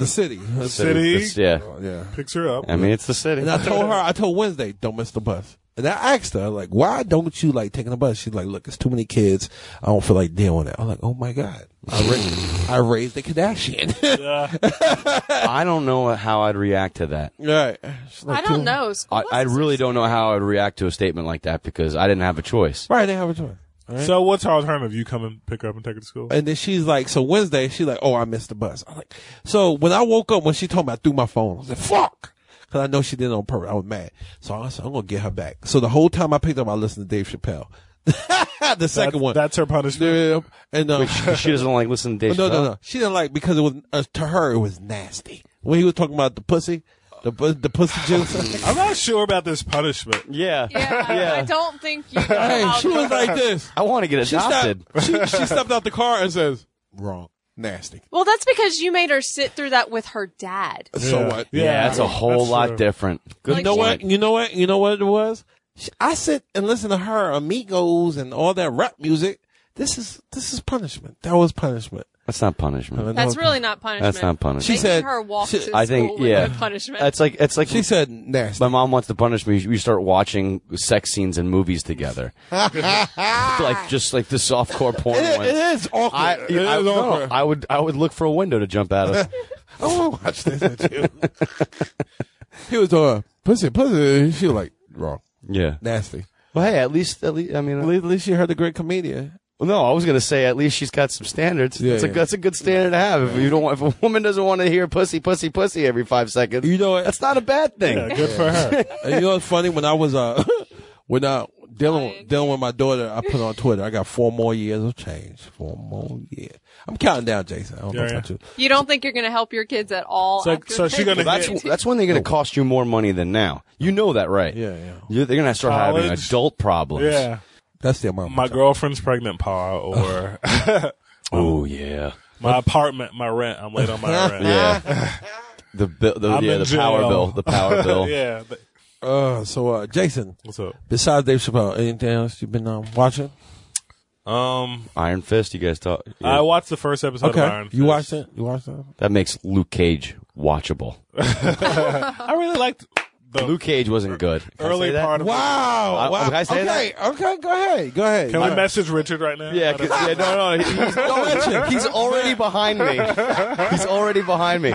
Speaker 4: the city.
Speaker 5: City
Speaker 6: It's- yeah.
Speaker 4: Yeah.
Speaker 5: picks her up.
Speaker 6: I mean, it's the city.
Speaker 4: And I told her, I told Wednesday, don't miss the bus. And I asked her, like, why don't you like taking the bus? She's like, look, it's too many kids. I don't feel like dealing with it. I'm like, oh my God. I raised, I raised a Kardashian.
Speaker 6: I don't know how I'd react to that.
Speaker 4: right. She's like,
Speaker 8: I
Speaker 4: "Too-"
Speaker 8: don't know. School
Speaker 6: I, I
Speaker 8: buses are
Speaker 6: really don't know how I'd react to a statement like that because I didn't have a choice.
Speaker 4: Right. They have a choice.
Speaker 5: So what's her alternative? You come and pick her up and take her to school.
Speaker 4: And then she's like, so Wednesday, she's like, oh, I missed the bus. I'm like, so when I woke up, when she told me, I threw my phone. I was like, fuck. Cause I know she did it on purpose. I was mad. So I said, I'm going to get her back. So the whole time I picked up, I listened to Dave Chappelle. the second
Speaker 5: That-
Speaker 4: one.
Speaker 5: That's her punishment.
Speaker 4: Yeah, and um,
Speaker 6: She doesn't like listen to Dave
Speaker 4: No, no,
Speaker 6: Chappelle.
Speaker 4: no. She didn't like because it was uh, to her it was nasty when he was talking about the pussy, the pu- the pussy juice.
Speaker 5: I'm not sure about this punishment.
Speaker 6: Yeah.
Speaker 8: Yeah, I don't think you know
Speaker 4: hey,
Speaker 8: how
Speaker 4: she was like this.
Speaker 6: I want to get
Speaker 4: She
Speaker 6: adopted.
Speaker 4: stepped, she, she stepped out the car and says, "Wrong, nasty."
Speaker 8: Well, that's because you made her sit through that with her dad.
Speaker 4: So what?
Speaker 6: Yeah, that's a whole
Speaker 5: That's
Speaker 6: lot
Speaker 5: true.
Speaker 6: different. Good
Speaker 8: Like,
Speaker 4: You know
Speaker 6: point.
Speaker 4: what? You know what? You know what it was? She, I sit and listen to her amigos and all that rap music. This is this is punishment. That was punishment.
Speaker 6: That's not punishment.
Speaker 8: That's really not punishment.
Speaker 6: That's not punishment.
Speaker 4: She
Speaker 8: Making
Speaker 4: said-
Speaker 8: her walk
Speaker 4: she-
Speaker 8: to
Speaker 6: I
Speaker 8: school
Speaker 6: think
Speaker 8: would
Speaker 6: yeah.
Speaker 8: be punishment.
Speaker 6: That's like it's like
Speaker 4: She said nasty.
Speaker 6: my mom wants to punish me. We start watching sex scenes and movies together, like just like the softcore porn
Speaker 4: It-
Speaker 6: ones.
Speaker 4: it is awkward.
Speaker 6: I,
Speaker 4: It
Speaker 6: you know, I,
Speaker 4: is
Speaker 6: no,
Speaker 4: awkward.
Speaker 6: I would I would look for a window to jump out of.
Speaker 4: I want to watch this with you. Oh. he was on pussy, pussy. She was like, wrong,
Speaker 6: yeah.
Speaker 4: nasty.
Speaker 6: Well, hey, at least at least I mean, uh,
Speaker 4: At least she heard the great comedian.
Speaker 6: Well, no, I was gonna say at least she's got some standards.
Speaker 4: Yeah,
Speaker 6: that's, a,
Speaker 4: yeah.
Speaker 6: that's a good standard to have. If you don't, want- if a woman doesn't want to hear pussy, pussy, pussy every five seconds,
Speaker 4: You know what?
Speaker 6: that's not a bad thing.
Speaker 5: Yeah, good for her.
Speaker 4: And you know what's funny? When I was uh, when I dealing dealing with my daughter, I put on Twitter. I got four more years of change. Four more years. I'm counting down, Jason. I don't know
Speaker 5: Yeah,
Speaker 4: about
Speaker 5: yeah.
Speaker 4: you.
Speaker 8: you don't think you're going to help your kids at all.
Speaker 5: So-
Speaker 8: after
Speaker 5: so she
Speaker 8: they-
Speaker 5: gonna Oh.
Speaker 6: Well, that's that's when they're gonna cost you more money than now. You know that, right?
Speaker 4: Yeah, yeah.
Speaker 6: You're, they're gonna start having
Speaker 5: College.
Speaker 6: adult problems.
Speaker 5: Yeah.
Speaker 4: That's the amount. of
Speaker 5: My
Speaker 4: time.
Speaker 5: girlfriend's pregnant, Pa, or
Speaker 6: Oh yeah.
Speaker 5: my apartment, my rent. I'm late on my rent.
Speaker 6: Yeah. the bill. The,
Speaker 5: I'm
Speaker 6: yeah.
Speaker 5: in
Speaker 6: The power
Speaker 5: jail.
Speaker 6: bill. The power bill.
Speaker 5: yeah. but-
Speaker 4: Uh, so uh, Jason,
Speaker 5: What's up?
Speaker 4: besides Dave Chappelle, anything else you've been um, watching?
Speaker 5: Um,
Speaker 6: Iron Fist. You guys talk.
Speaker 5: I watched the first episode of Iron.
Speaker 4: you
Speaker 5: Fist.
Speaker 4: watched it. You watched it.
Speaker 6: that makes Luke Cage watchable.
Speaker 5: I really liked the
Speaker 6: Luke Cage wasn't good. Can I say
Speaker 5: Oh. early
Speaker 6: that?
Speaker 5: part of
Speaker 4: Wow.
Speaker 6: I-
Speaker 4: wow.
Speaker 6: can I say
Speaker 4: okay. Okay. Go ahead. Go ahead.
Speaker 5: Can we message Richard right now?
Speaker 6: Yeah,
Speaker 5: I don't-
Speaker 6: 'cause- yeah, no, no, he's, he's already behind me. He's already behind me.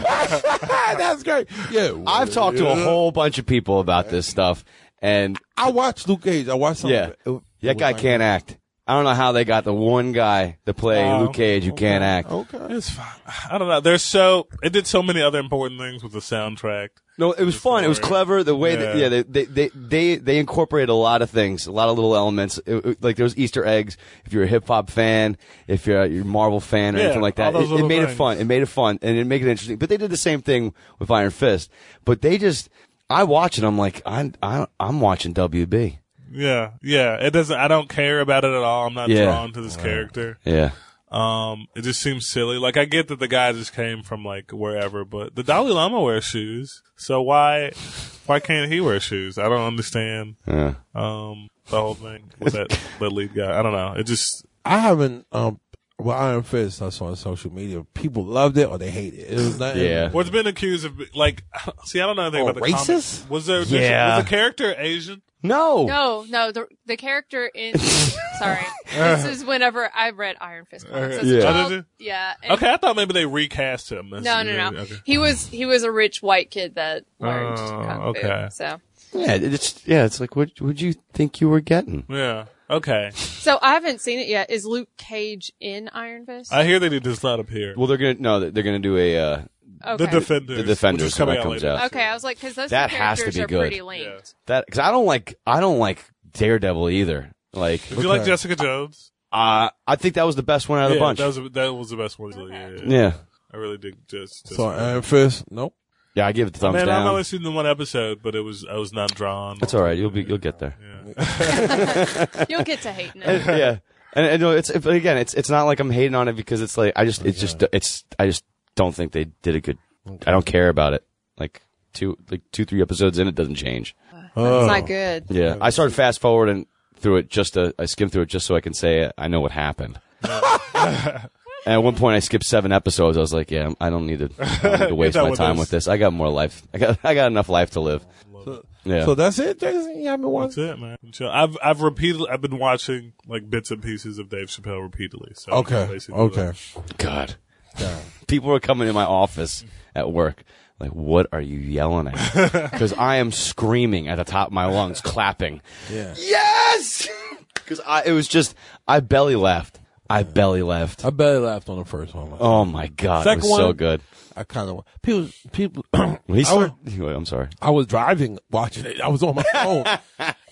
Speaker 4: That's great. Yeah.
Speaker 6: I've talked to a whole bunch of people about this stuff, and
Speaker 4: I watched Luke Cage. I watched some of
Speaker 6: yeah,
Speaker 4: it. It-
Speaker 6: that guy can't act. I don't know how they got the one guy to play
Speaker 5: Oh,
Speaker 6: Luke Cage who can't act.
Speaker 4: Okay.
Speaker 5: It's fine. I don't know. There's so it did so many other important things with the soundtrack.
Speaker 6: No, it was fun. It was
Speaker 5: story.
Speaker 6: clever. The way that
Speaker 5: Yeah.
Speaker 6: yeah, they they they they, they incorporated a lot of things, a lot of little elements. It- it- like there was Easter eggs. If you're a hip hop fan, if you're a you're a Marvel fan or
Speaker 5: Yeah,
Speaker 6: anything like that,
Speaker 5: all those
Speaker 6: it, it
Speaker 5: little
Speaker 6: made it
Speaker 5: things.
Speaker 6: fun. It made it fun and it made it interesting. But they did the same thing with Iron Fist. But they just, I watch it. I'm like, I'm I, I'm watching WB.
Speaker 5: Yeah, yeah. It doesn't. I don't care about it at all. I'm not
Speaker 6: Yeah.
Speaker 5: drawn to this character.
Speaker 6: Yeah,
Speaker 5: Um, it just seems silly. Like I get that the guy just came from like wherever, but the Dalai Lama wears shoes. So why, why can't he wear shoes? I don't understand.
Speaker 6: yeah.
Speaker 5: Um, the whole thing with that, that lead guy. I don't know. It just
Speaker 4: I haven't. Um. Well, Iron Fist. I saw on social media. People loved it or they hated it. It was not.
Speaker 6: Yeah.
Speaker 5: what's been accused of like. See, I don't know anything
Speaker 4: Oh,
Speaker 5: about the comic.
Speaker 4: racist?
Speaker 5: Was there?
Speaker 6: Yeah.
Speaker 5: Was the character Asian?
Speaker 6: No.
Speaker 8: No, no, the, the character in. sorry, this is whenever I read Iron Fist. Comics. So it's
Speaker 6: Yeah.
Speaker 5: Oh, did you?
Speaker 8: 12 yeah. and-
Speaker 5: Okay, I thought maybe they recast him.
Speaker 8: No, no, no.
Speaker 5: Okay.
Speaker 8: He was he was a rich white kid that learned
Speaker 5: Oh,
Speaker 8: kung fu.
Speaker 5: okay.
Speaker 8: So
Speaker 6: Yeah, it's yeah, it's like what would you think you were getting?
Speaker 5: Yeah. Okay.
Speaker 8: so I haven't seen it yet. Is Luke Cage in Iron Fist?
Speaker 5: I hear that he does not appear.
Speaker 6: Well, they're gonna no, they're gonna do a uh,
Speaker 8: okay.
Speaker 5: The
Speaker 6: the
Speaker 5: Defenders. which
Speaker 6: Defenders
Speaker 5: is
Speaker 6: when
Speaker 5: coming
Speaker 6: that comes
Speaker 5: later.
Speaker 6: out.
Speaker 8: Okay, I was like, because those two
Speaker 6: That has to
Speaker 8: characters
Speaker 6: be
Speaker 8: are
Speaker 6: good.
Speaker 8: pretty linked.
Speaker 6: That because I don't like I don't like Daredevil either. Like
Speaker 5: Did you like
Speaker 4: Okay.
Speaker 5: Jessica Jones?
Speaker 6: uh, I think that was the best one out of
Speaker 5: yeah,
Speaker 6: the bunch.
Speaker 5: That was, that was the best one. Yeah, yeah, yeah.
Speaker 6: yeah,
Speaker 5: I really dig just.
Speaker 4: So Iron Fist. Nope.
Speaker 6: yeah, I give it the thumbs
Speaker 5: Man, I've
Speaker 6: down.
Speaker 5: only seen the one episode, but it was I was not drawn.
Speaker 6: That's all right. You'll be you'll get there.
Speaker 8: You'll get to hating it.
Speaker 6: Yeah, and, and no, it's it- but again, it's it's not like I'm hating on it because it's like I just it's just it's I just don't think they did a good. I don't care about it. Like two like two three episodes in, it doesn't change. Oh.
Speaker 8: It's not good.
Speaker 6: Yeah, I started fast forward and through it just to, I skimmed through it just so I can say I know what happened. and at one point, I skipped seven episodes. I was like, "Yeah, I don't need to, I don't need to waste
Speaker 5: done
Speaker 6: my
Speaker 5: with
Speaker 6: time
Speaker 5: this.
Speaker 6: with this. I got more life. I got I got enough life to live." yeah,
Speaker 4: So that's it, Jason. You haven't watched.
Speaker 5: That's it, man. So I've I've repeatedly I've been watching like bits and pieces of Dave Chappelle repeatedly. So
Speaker 4: Okay.
Speaker 5: basically,
Speaker 4: Okay.
Speaker 6: God, people were coming in my office at work. Like, what are you yelling at? Because I am screaming at the top of my lungs, clapping.
Speaker 4: Yeah.
Speaker 6: Yes, because I it was just I belly laughed. I belly laughed.
Speaker 4: I barely laughed on the first one.
Speaker 6: Oh my god,
Speaker 4: Second
Speaker 6: it was so
Speaker 4: one-
Speaker 6: good.
Speaker 4: I kind of people. People.
Speaker 6: When he
Speaker 4: I was-
Speaker 6: started, Anyway, I'm sorry.
Speaker 4: I was driving, watching it. I was on my phone,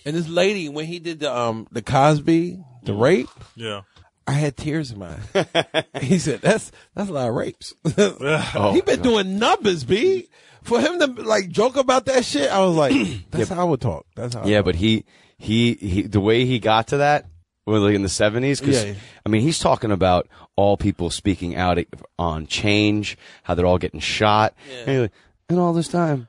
Speaker 4: and this lady when he did the um the Cosby the rape.
Speaker 5: Yeah.
Speaker 4: I had tears in my eyes. he said, "That's that's a lot of rapes."
Speaker 6: Oh,
Speaker 4: he been doing numbers, b. For him to like joke about that shit, I was like, "That's how I would talk." That's how. I
Speaker 6: Yeah,
Speaker 4: would
Speaker 6: but he he he the way he got to that was like in the 70s cuz
Speaker 4: Yeah.
Speaker 6: I mean, he's talking about all people speaking out on change, how they're all getting shot. And, he's like, and all this time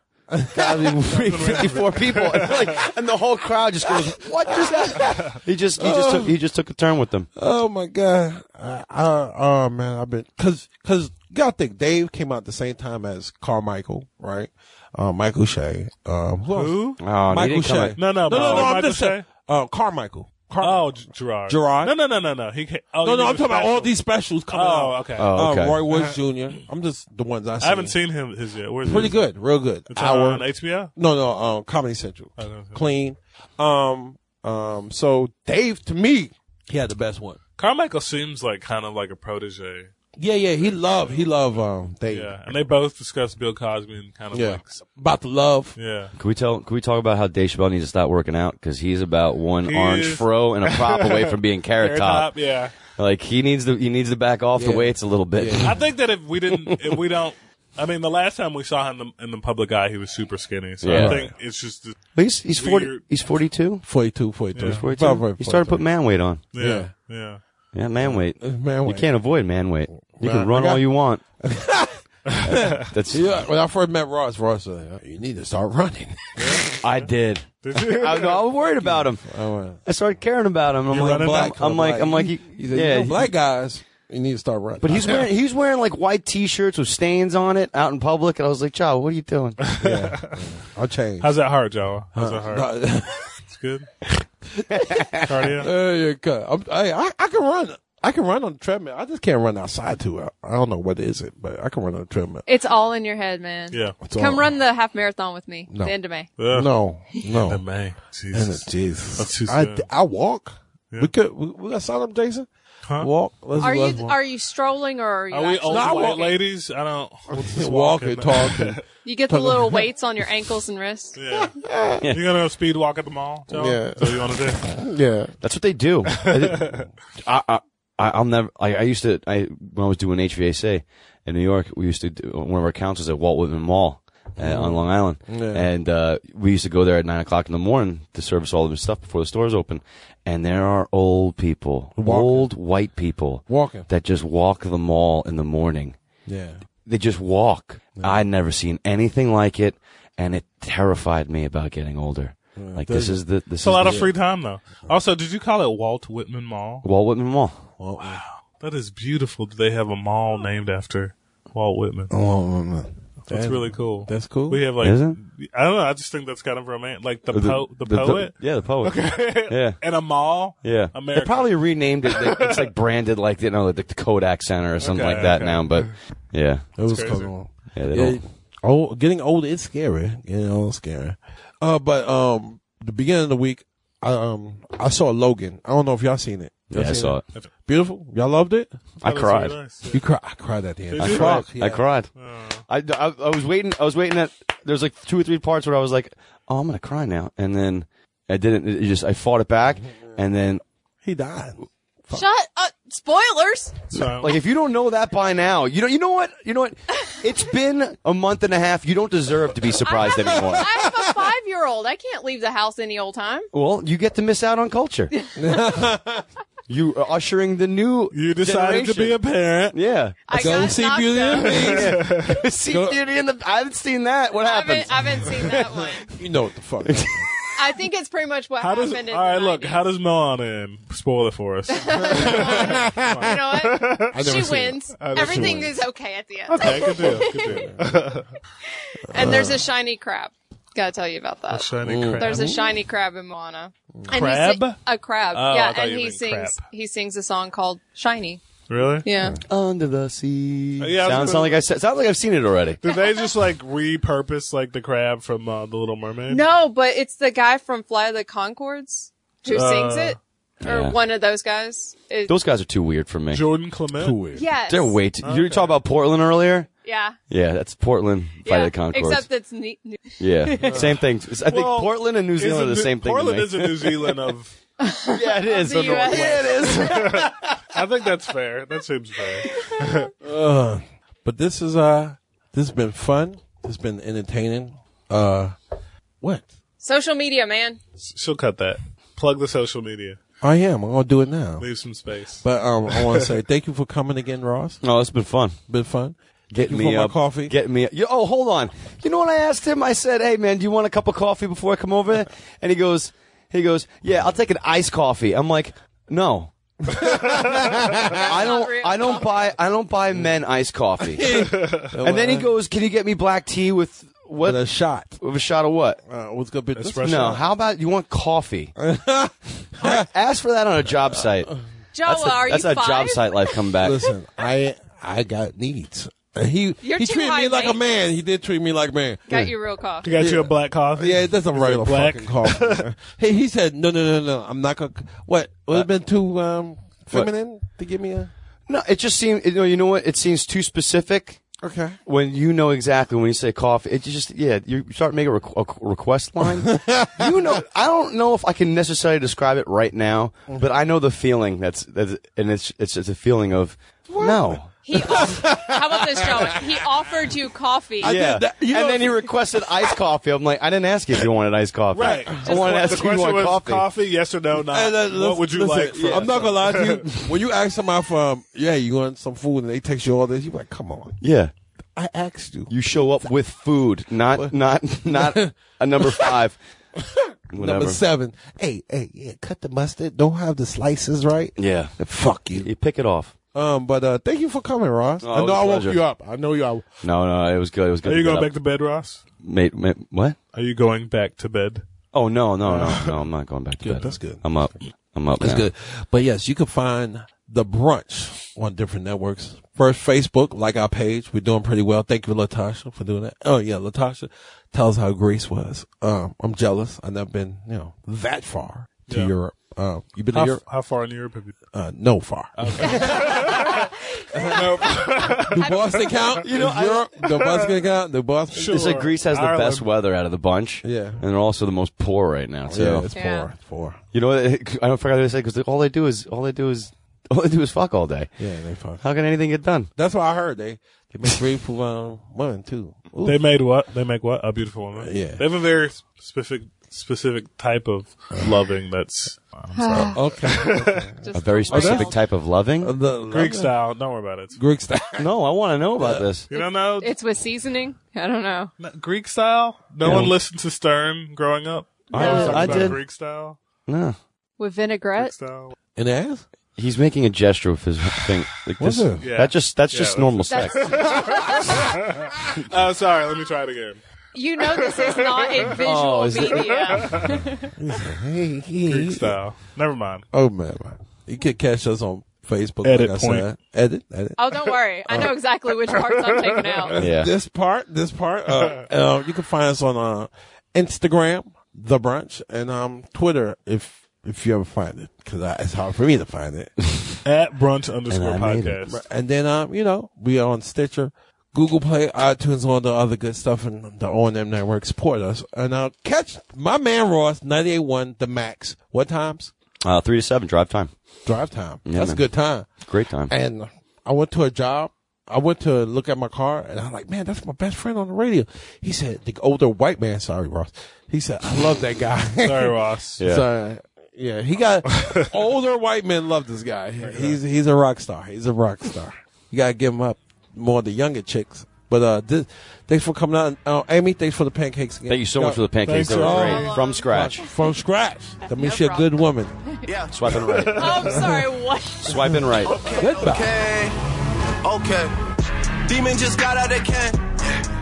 Speaker 6: Gotta be 54 people, and, like, and the whole crowd just goes, "What just happened?" He just he just took, he just took a turn with them.
Speaker 4: Oh my god! I, I, oh man, I've been because because gotta think Dave came out the same time as Carmichael, right? Uh, Michael Shea. Um, who? else?
Speaker 5: Who?
Speaker 6: Oh, and he
Speaker 4: Michael
Speaker 6: didn't come
Speaker 4: Shea.
Speaker 6: out-
Speaker 5: No, no,
Speaker 4: no, no,
Speaker 5: but-
Speaker 4: no, I'm
Speaker 5: Michael
Speaker 4: just saying.
Speaker 5: Shea?
Speaker 4: Uh, Carmichael. Car-
Speaker 5: Oh, G- Gerard.
Speaker 4: Gerard?
Speaker 5: No, no, no, no, no. He can't. Oh,
Speaker 4: no,
Speaker 5: you
Speaker 4: no,
Speaker 5: mean
Speaker 4: I'm
Speaker 5: the
Speaker 4: talking about all
Speaker 5: special.
Speaker 4: these specials coming
Speaker 5: Oh,
Speaker 4: out.
Speaker 5: okay. Uh-huh.
Speaker 6: Oh, okay.
Speaker 4: Um, Roy Woods Jr. I'm just the ones I,
Speaker 5: I haven't seen him his yet. Where's
Speaker 4: Pretty
Speaker 5: his?
Speaker 4: good, real good.
Speaker 5: It's
Speaker 4: Hour.
Speaker 5: on HBO.
Speaker 4: No, no, um, Comedy Central.
Speaker 5: no.
Speaker 4: Clean. Um, um, so Dave, to me, he had the best one.
Speaker 5: Carmichael seems like kind of like a protege.
Speaker 4: Yeah, yeah, he loved, he loved, um, Dave.
Speaker 5: Yeah, and they both discuss Bill Cosby and kind of
Speaker 4: Yeah.
Speaker 5: like,
Speaker 4: About the love.
Speaker 5: yeah.
Speaker 6: Can we tell? Can we talk about how Dave Chappelle needs to stop working out because he's about one
Speaker 5: He
Speaker 6: orange
Speaker 5: is-
Speaker 6: fro and a prop away from being carrot
Speaker 5: Hair
Speaker 6: top.
Speaker 5: top, yeah.
Speaker 6: Like he needs to he needs to back off the
Speaker 4: Yeah.
Speaker 6: weights a little bit.
Speaker 5: I think that if we didn't, if we don't, I mean, the last time we saw him in the, in the public eye, he was super skinny. So
Speaker 6: Yeah.
Speaker 5: I think it's just, the-
Speaker 6: But he's he's forty.
Speaker 5: Weird.
Speaker 6: He's forty two.
Speaker 4: 42, 42.
Speaker 5: Yeah.
Speaker 6: 42. He started putting man weight on.
Speaker 5: yeah, yeah.
Speaker 6: Yeah, man weight.
Speaker 4: Uh, man
Speaker 6: You
Speaker 4: weight.
Speaker 6: can't avoid man weight. You
Speaker 4: Nah,
Speaker 6: can run
Speaker 4: I got-
Speaker 6: all you want. That's
Speaker 4: Yeah, when I first met Ross, Ross was like, you need to start running.
Speaker 6: I did.
Speaker 5: Did you?
Speaker 6: I, was- I was worried about him.
Speaker 4: Oh,
Speaker 6: I started caring about him. I'm
Speaker 5: You're
Speaker 6: like,
Speaker 5: running
Speaker 6: I'm,
Speaker 5: back
Speaker 6: I'm like, I'm like,
Speaker 4: you,
Speaker 6: he-
Speaker 4: you said,
Speaker 6: yeah.
Speaker 4: you know, black guys, you need to start running.
Speaker 6: But he's
Speaker 4: I-
Speaker 6: wearing he's wearing like white t-shirts with stains on it out in public, and I was like, "Child, what are you doing?"
Speaker 4: I'll change.
Speaker 5: How's that heart, Joe? How's
Speaker 4: Uh,
Speaker 5: that heart?
Speaker 4: No,
Speaker 5: It's good. Cardio.
Speaker 4: Uh, yeah, cut. I'm, I, I I can run. I can run on the treadmill. I just can't run outside too. I, I don't know what is it, but I can run on the treadmill.
Speaker 8: It's all in your head, man.
Speaker 5: Yeah.
Speaker 4: It's
Speaker 8: Come
Speaker 4: all-
Speaker 8: run the half marathon with me. The end of May.
Speaker 5: Ugh.
Speaker 4: No, no.
Speaker 5: And man,
Speaker 4: And
Speaker 5: Jesus.
Speaker 4: it- Jesus,
Speaker 5: Uh, That's too
Speaker 4: I,
Speaker 5: soon.
Speaker 4: I walk. We could. We, we got sign up, Jason.
Speaker 5: Huh?
Speaker 4: Walk. Let's,
Speaker 8: Are
Speaker 4: let's
Speaker 8: you
Speaker 4: walk.
Speaker 8: are you strolling or are you?
Speaker 5: Are we
Speaker 8: actually
Speaker 5: old
Speaker 4: I
Speaker 5: white
Speaker 4: walk-
Speaker 5: ladies? I don't. what's this
Speaker 4: walk
Speaker 5: walking?
Speaker 4: and talk? and-
Speaker 8: You get the little weights on your ankles and wrists.
Speaker 5: Yeah. You're gonna go speed walk at the mall? Joe?
Speaker 4: Yeah.
Speaker 5: So you want to do?
Speaker 4: yeah.
Speaker 6: That's what they do. I, did- I, I, I- I'll never. I, I used to. I when I was doing HVAC in New York, we used to do one of our councils at Walt Whitman Mall uh, on Long Island, and uh, we used to go there at nine o'clock in the morning to service all of the stuff before the stores open. And there are old people,
Speaker 4: Walking.
Speaker 6: old white people,
Speaker 4: Walking.
Speaker 6: that just walk the mall in the morning.
Speaker 4: Yeah.
Speaker 6: They just walk. I'd never seen anything like it, and it terrified me about getting older. Like this is the this
Speaker 5: It's a
Speaker 6: is
Speaker 5: lot
Speaker 6: the
Speaker 5: of free time though. Also, did you call it Walt Whitman Mall?
Speaker 6: Walt Whitman Mall.
Speaker 5: That is beautiful. Do they have a mall named after Walt Whitman? That's really cool.
Speaker 4: that's cool.
Speaker 5: We have like
Speaker 6: Is it?
Speaker 5: I don't know. I just think that's kind of romantic. Like the po- the, poet
Speaker 6: yeah, the poet. Yeah.
Speaker 5: in a mall.
Speaker 6: Yeah.
Speaker 5: America.
Speaker 6: They probably renamed it. They- It's like branded like, you know, like the Kodak Center or something
Speaker 5: Okay,
Speaker 6: like that
Speaker 5: okay.
Speaker 6: now, but yeah.
Speaker 4: It was
Speaker 5: crazy.
Speaker 4: cool.
Speaker 6: Yeah, they
Speaker 4: Yeah,
Speaker 6: don't.
Speaker 4: old, getting old is scary. Getting old is scary. Uh, but um, the beginning of the week, I, um, I saw Logan. I don't know if y'all seen it. Y'all
Speaker 6: Yeah, I
Speaker 4: seen
Speaker 6: saw it.
Speaker 4: Beautiful. Y'all loved it.
Speaker 6: I
Speaker 5: That's
Speaker 6: cried.
Speaker 5: really Oh. nice.
Speaker 4: You cry. I cried at the end.
Speaker 5: Did you?
Speaker 4: cried.
Speaker 6: I
Speaker 4: Yeah.
Speaker 6: cried. I, I, I was waiting. I was waiting at, there's like two or three parts where I was like, oh, I'm going to cry now. And then I didn't. It just, I fought it back. And then,
Speaker 4: He died.
Speaker 8: Shut up! Spoilers.
Speaker 5: So,
Speaker 6: like, if you don't know that by now, you know, you know what? You know what? It's been a month and a half. You don't deserve to be surprised
Speaker 8: I have a-
Speaker 6: anymore.
Speaker 8: I have a five year old. I can't leave the house any old time.
Speaker 6: Well, you get to miss out on culture. you are ushering the new.
Speaker 5: you decided to be a
Speaker 6: generation.
Speaker 5: parent.
Speaker 6: Yeah.
Speaker 8: I got knocked up.
Speaker 6: See Beauty and the. I haven't seen that. What
Speaker 8: I
Speaker 6: happened?
Speaker 8: haven't, I haven't seen that one.
Speaker 4: You know what the fuck.
Speaker 8: I think it's pretty much what
Speaker 5: How does
Speaker 8: happened.
Speaker 5: all
Speaker 8: in
Speaker 5: right?
Speaker 8: the
Speaker 5: Look,
Speaker 8: 90s.
Speaker 5: how does Milan end? Spoil it for us. okay,
Speaker 8: you know what?
Speaker 4: I never
Speaker 8: She
Speaker 4: seen
Speaker 8: wins. Everything is okay at the end.
Speaker 5: good deal. Good deal.
Speaker 8: And there's a shiny crab. Gotta tell you about that.
Speaker 5: Shiny crab.
Speaker 8: There's a shiny crab in Moana. And he
Speaker 5: Crab?
Speaker 8: si- a crab.
Speaker 5: Oh, I
Speaker 8: yeah,
Speaker 5: thought
Speaker 8: and
Speaker 5: you
Speaker 8: he
Speaker 5: meant
Speaker 8: sings
Speaker 5: crap.
Speaker 8: he sings a song called Shiny.
Speaker 5: really?
Speaker 8: Yeah.
Speaker 6: Under the sea.
Speaker 5: Uh, Yeah, I was
Speaker 6: sounds
Speaker 5: gonna-
Speaker 6: sound like I said. Sounds like I've seen it already.
Speaker 5: Did they just like repurpose like the crab from uh, the Little Mermaid?
Speaker 8: No, but it's the guy from Fly of the Concords who
Speaker 5: Uh,
Speaker 8: sings it. Or
Speaker 6: Yeah.
Speaker 8: one of those guys. It,
Speaker 6: Those guys are too weird for me.
Speaker 5: Jordan Clement.
Speaker 8: yes.
Speaker 6: They're way too. You were talking about Portland earlier.
Speaker 8: Yeah.
Speaker 6: Yeah, that's Portland by
Speaker 8: yeah.
Speaker 6: the Concords.
Speaker 8: Except that's neat.
Speaker 6: yeah, same thing. I think
Speaker 5: Well,
Speaker 6: Portland and New Zealand are the
Speaker 5: Isn't
Speaker 6: same thing. to
Speaker 5: Portland
Speaker 6: me.
Speaker 5: is a New Zealand of.
Speaker 6: yeah, it is.
Speaker 8: the US.
Speaker 6: Yeah, it is.
Speaker 5: I think that's fair. That seems fair.
Speaker 4: Uh, but this is uh, this has been fun. It's been entertaining. Uh, what?
Speaker 8: Social media, man.
Speaker 5: She'll cut that. Plug the social media.
Speaker 4: I am. I'm gonna do it now.
Speaker 5: Leave some space.
Speaker 4: But um, I want to say thank you for coming again, Ross.
Speaker 6: No, Oh, it's been fun.
Speaker 4: Been fun.
Speaker 6: Get
Speaker 4: You
Speaker 6: me
Speaker 4: want my
Speaker 6: up,
Speaker 4: coffee?
Speaker 6: Get me. Up. You- Oh, hold on. You know what I asked him? I said, "Hey, man, do you want a cup of coffee before I come over?" And he goes, "He goes, yeah, I'll take an iced coffee." I'm like, "No, I
Speaker 8: real
Speaker 6: don't. I don't buy. I don't buy men iced coffee." and then he goes, "Can you get me black tea with what?
Speaker 4: With a shot.
Speaker 6: with a shot of what?"
Speaker 4: Uh, what's good, bitch?
Speaker 5: Espresso.
Speaker 6: No. How about you want coffee? Ask for that on a job site.
Speaker 8: Joe,
Speaker 6: That's, a,
Speaker 8: Oh, are
Speaker 6: that's
Speaker 8: you
Speaker 6: a
Speaker 8: five?
Speaker 6: job site life come back.
Speaker 4: Listen, I I got needs. And he
Speaker 8: You're
Speaker 4: he
Speaker 8: too
Speaker 4: treated
Speaker 8: high
Speaker 4: me like a
Speaker 8: maintenance.
Speaker 4: man. He did treat me like a man.
Speaker 8: Got you real coffee.
Speaker 5: got you a black coffee.
Speaker 4: Yeah, that's a
Speaker 5: Is it
Speaker 4: regular
Speaker 5: black?
Speaker 4: fucking coffee. man. hey, he said, no, no, no, no. I'm not gonna. What? Would it have been too um, feminine to give me a?
Speaker 6: No, it just seems. You know, you know what? It seems too specific.
Speaker 4: Okay.
Speaker 6: When you know exactly when you say coffee, it just yeah. You start making a, requ- a qu- request line. you know, I don't know if I can necessarily describe it right now,
Speaker 5: Mm-hmm.
Speaker 6: but I know the feeling. That's that's and it's it's just a feeling of no.
Speaker 8: He off- How about this, Joe? He offered you coffee.
Speaker 6: Yeah,
Speaker 4: that- you know-
Speaker 6: and then he requested iced coffee. I'm like, I didn't ask you if you wanted iced coffee.
Speaker 5: Right.
Speaker 6: I wanted to ask
Speaker 5: the
Speaker 6: if you
Speaker 5: question
Speaker 6: want
Speaker 5: was
Speaker 6: coffee.
Speaker 5: coffee. yes or no? Not.
Speaker 4: Hey, let- let's-
Speaker 5: Uh, what would you
Speaker 4: listen,
Speaker 5: like? From
Speaker 4: I'm not gonna lie to you. When you ask somebody from, yeah, you want some food, and they text you all this, you like, come on,
Speaker 6: Yeah,
Speaker 4: I asked you.
Speaker 6: you show up with food, not not not a number five. Whatever.
Speaker 4: Number seven, hey, hey, yeah, cut the mustard. Don't have the slices, right?
Speaker 6: Yeah,
Speaker 4: Fuck you.
Speaker 6: you pick it off.
Speaker 4: Um, but uh, thank you for coming, Ross.
Speaker 6: Oh,
Speaker 4: I
Speaker 6: it was
Speaker 4: know I
Speaker 6: a
Speaker 4: woke
Speaker 6: pleasure.
Speaker 4: you up. I know you. I,
Speaker 6: No, no, it was good. It was good.
Speaker 5: Are you
Speaker 6: to
Speaker 5: going
Speaker 6: get
Speaker 5: back
Speaker 6: up.
Speaker 5: to bed, Ross?
Speaker 6: Mate, mate, what?
Speaker 5: Are you going back to bed?
Speaker 6: Oh no, no, no, no! I'm not going back to bed.
Speaker 4: that's good.
Speaker 6: I'm up. I'm up.
Speaker 4: That's
Speaker 6: now.
Speaker 4: good. But yes, you can find the brunch on different networks. First, Facebook, like our page. We're doing pretty well. Thank you, Latasha, for doing that. Oh yeah, Latasha, tell us how Greece was. Um, I'm jealous. I've never been, you know, that far to
Speaker 5: Yeah.
Speaker 4: Europe. Um, you been
Speaker 5: How,
Speaker 4: to
Speaker 5: f-
Speaker 4: Europe?
Speaker 5: how far in Europe have you?
Speaker 4: Uh, no far. Do Boston count? You know, Europe. Do Boston count? Do Boston?
Speaker 5: Sure.
Speaker 6: It's like Greece has the
Speaker 5: Ireland.
Speaker 6: best weather out of the bunch.
Speaker 4: Yeah.
Speaker 6: and they're also the most poor right now too.
Speaker 4: Yeah, it's
Speaker 8: Yeah.
Speaker 4: poor. It's poor.
Speaker 6: You know, what? I don't forget what I said because all they do is all they do is all they do is fuck all day.
Speaker 4: Yeah, they fuck.
Speaker 6: How can anything get done?
Speaker 4: That's what I heard. They they make beautiful um, women too. Ooh.
Speaker 5: They made what? They make what? A beautiful woman.
Speaker 4: Yeah.
Speaker 5: They have a very specific specific type of loving that's I'm sorry.
Speaker 4: okay.
Speaker 8: Just
Speaker 6: A very specific type of loving.
Speaker 4: the
Speaker 5: Greek style. Don't worry about it. It's
Speaker 4: Greek style.
Speaker 6: No, I want to know about this.
Speaker 5: You don't know
Speaker 8: It's with seasoning. I don't know.
Speaker 5: n- Greek style. No one listened to Stern growing up.
Speaker 6: I,
Speaker 5: Always talked
Speaker 6: Uh, I
Speaker 5: about
Speaker 6: did.
Speaker 5: Greek style.
Speaker 6: No,
Speaker 5: Greek
Speaker 8: With vinaigrette.
Speaker 5: style.
Speaker 4: An ass?
Speaker 6: he's making a gesture with his thing. Like
Speaker 4: Was
Speaker 6: this.
Speaker 4: it?
Speaker 5: Yeah.
Speaker 6: That just that's
Speaker 5: Yeah,
Speaker 6: just
Speaker 5: that's-
Speaker 6: normal
Speaker 8: That's
Speaker 6: sex.
Speaker 5: Oh, sorry. Let me try it again.
Speaker 8: you know this is not in visual
Speaker 6: Oh, is it-
Speaker 8: media.
Speaker 4: Hey,
Speaker 5: Greek style. Never mind.
Speaker 4: Oh man, man. you can catch us on Facebook.
Speaker 5: Edit
Speaker 4: like I
Speaker 5: point.
Speaker 4: said. Edit, edit.
Speaker 8: Oh, don't worry. I know exactly which parts I'm taking out.
Speaker 6: Yeah.
Speaker 4: This part, this part. Uh, uh, you can find us on uh, Instagram, the brunch, and um, Twitter if if you ever find it, because it's hard for me to find it.
Speaker 5: At brunch underscore
Speaker 6: And I made it.
Speaker 5: podcast.
Speaker 4: and then um, you know, we are on Stitcher, Google Play, iTunes, all the other good stuff, and the O and M network support us. And uh, catch my man Ross ninety eight one the max. What times?
Speaker 6: Uh, three to seven drive time.
Speaker 4: Drive time. That's
Speaker 6: man.
Speaker 4: a good time.
Speaker 6: Great time.
Speaker 4: And I went to a job. I went to look at my car and I'm like, man, that's my best friend on the radio. He said, the older white man, sorry, Ross. He said, I love that guy.
Speaker 5: Sorry, Ross.
Speaker 6: Yeah.
Speaker 4: So, yeah, he got older white men love this guy. He's he's a rock star. He's a rock star. You gotta give him up more the younger chicks. But uh, this, thanks for coming out, uh, Amy. Thanks for the pancakes again.
Speaker 6: Thank you so much for the pancakes.
Speaker 5: Thanks,
Speaker 6: They were
Speaker 4: y'all.
Speaker 6: great from scratch.
Speaker 4: from scratch. That means you're a good woman.
Speaker 6: Swiping right.
Speaker 8: Oh, I'm sorry. What?
Speaker 6: Swiping right.
Speaker 4: Goodbye.
Speaker 1: Okay, okay. Demon just got out of can.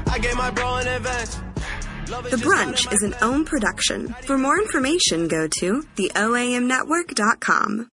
Speaker 1: I gave my bro an advance.
Speaker 2: The Brunch is an OWN production. For more information, go to theoamnetwork.com.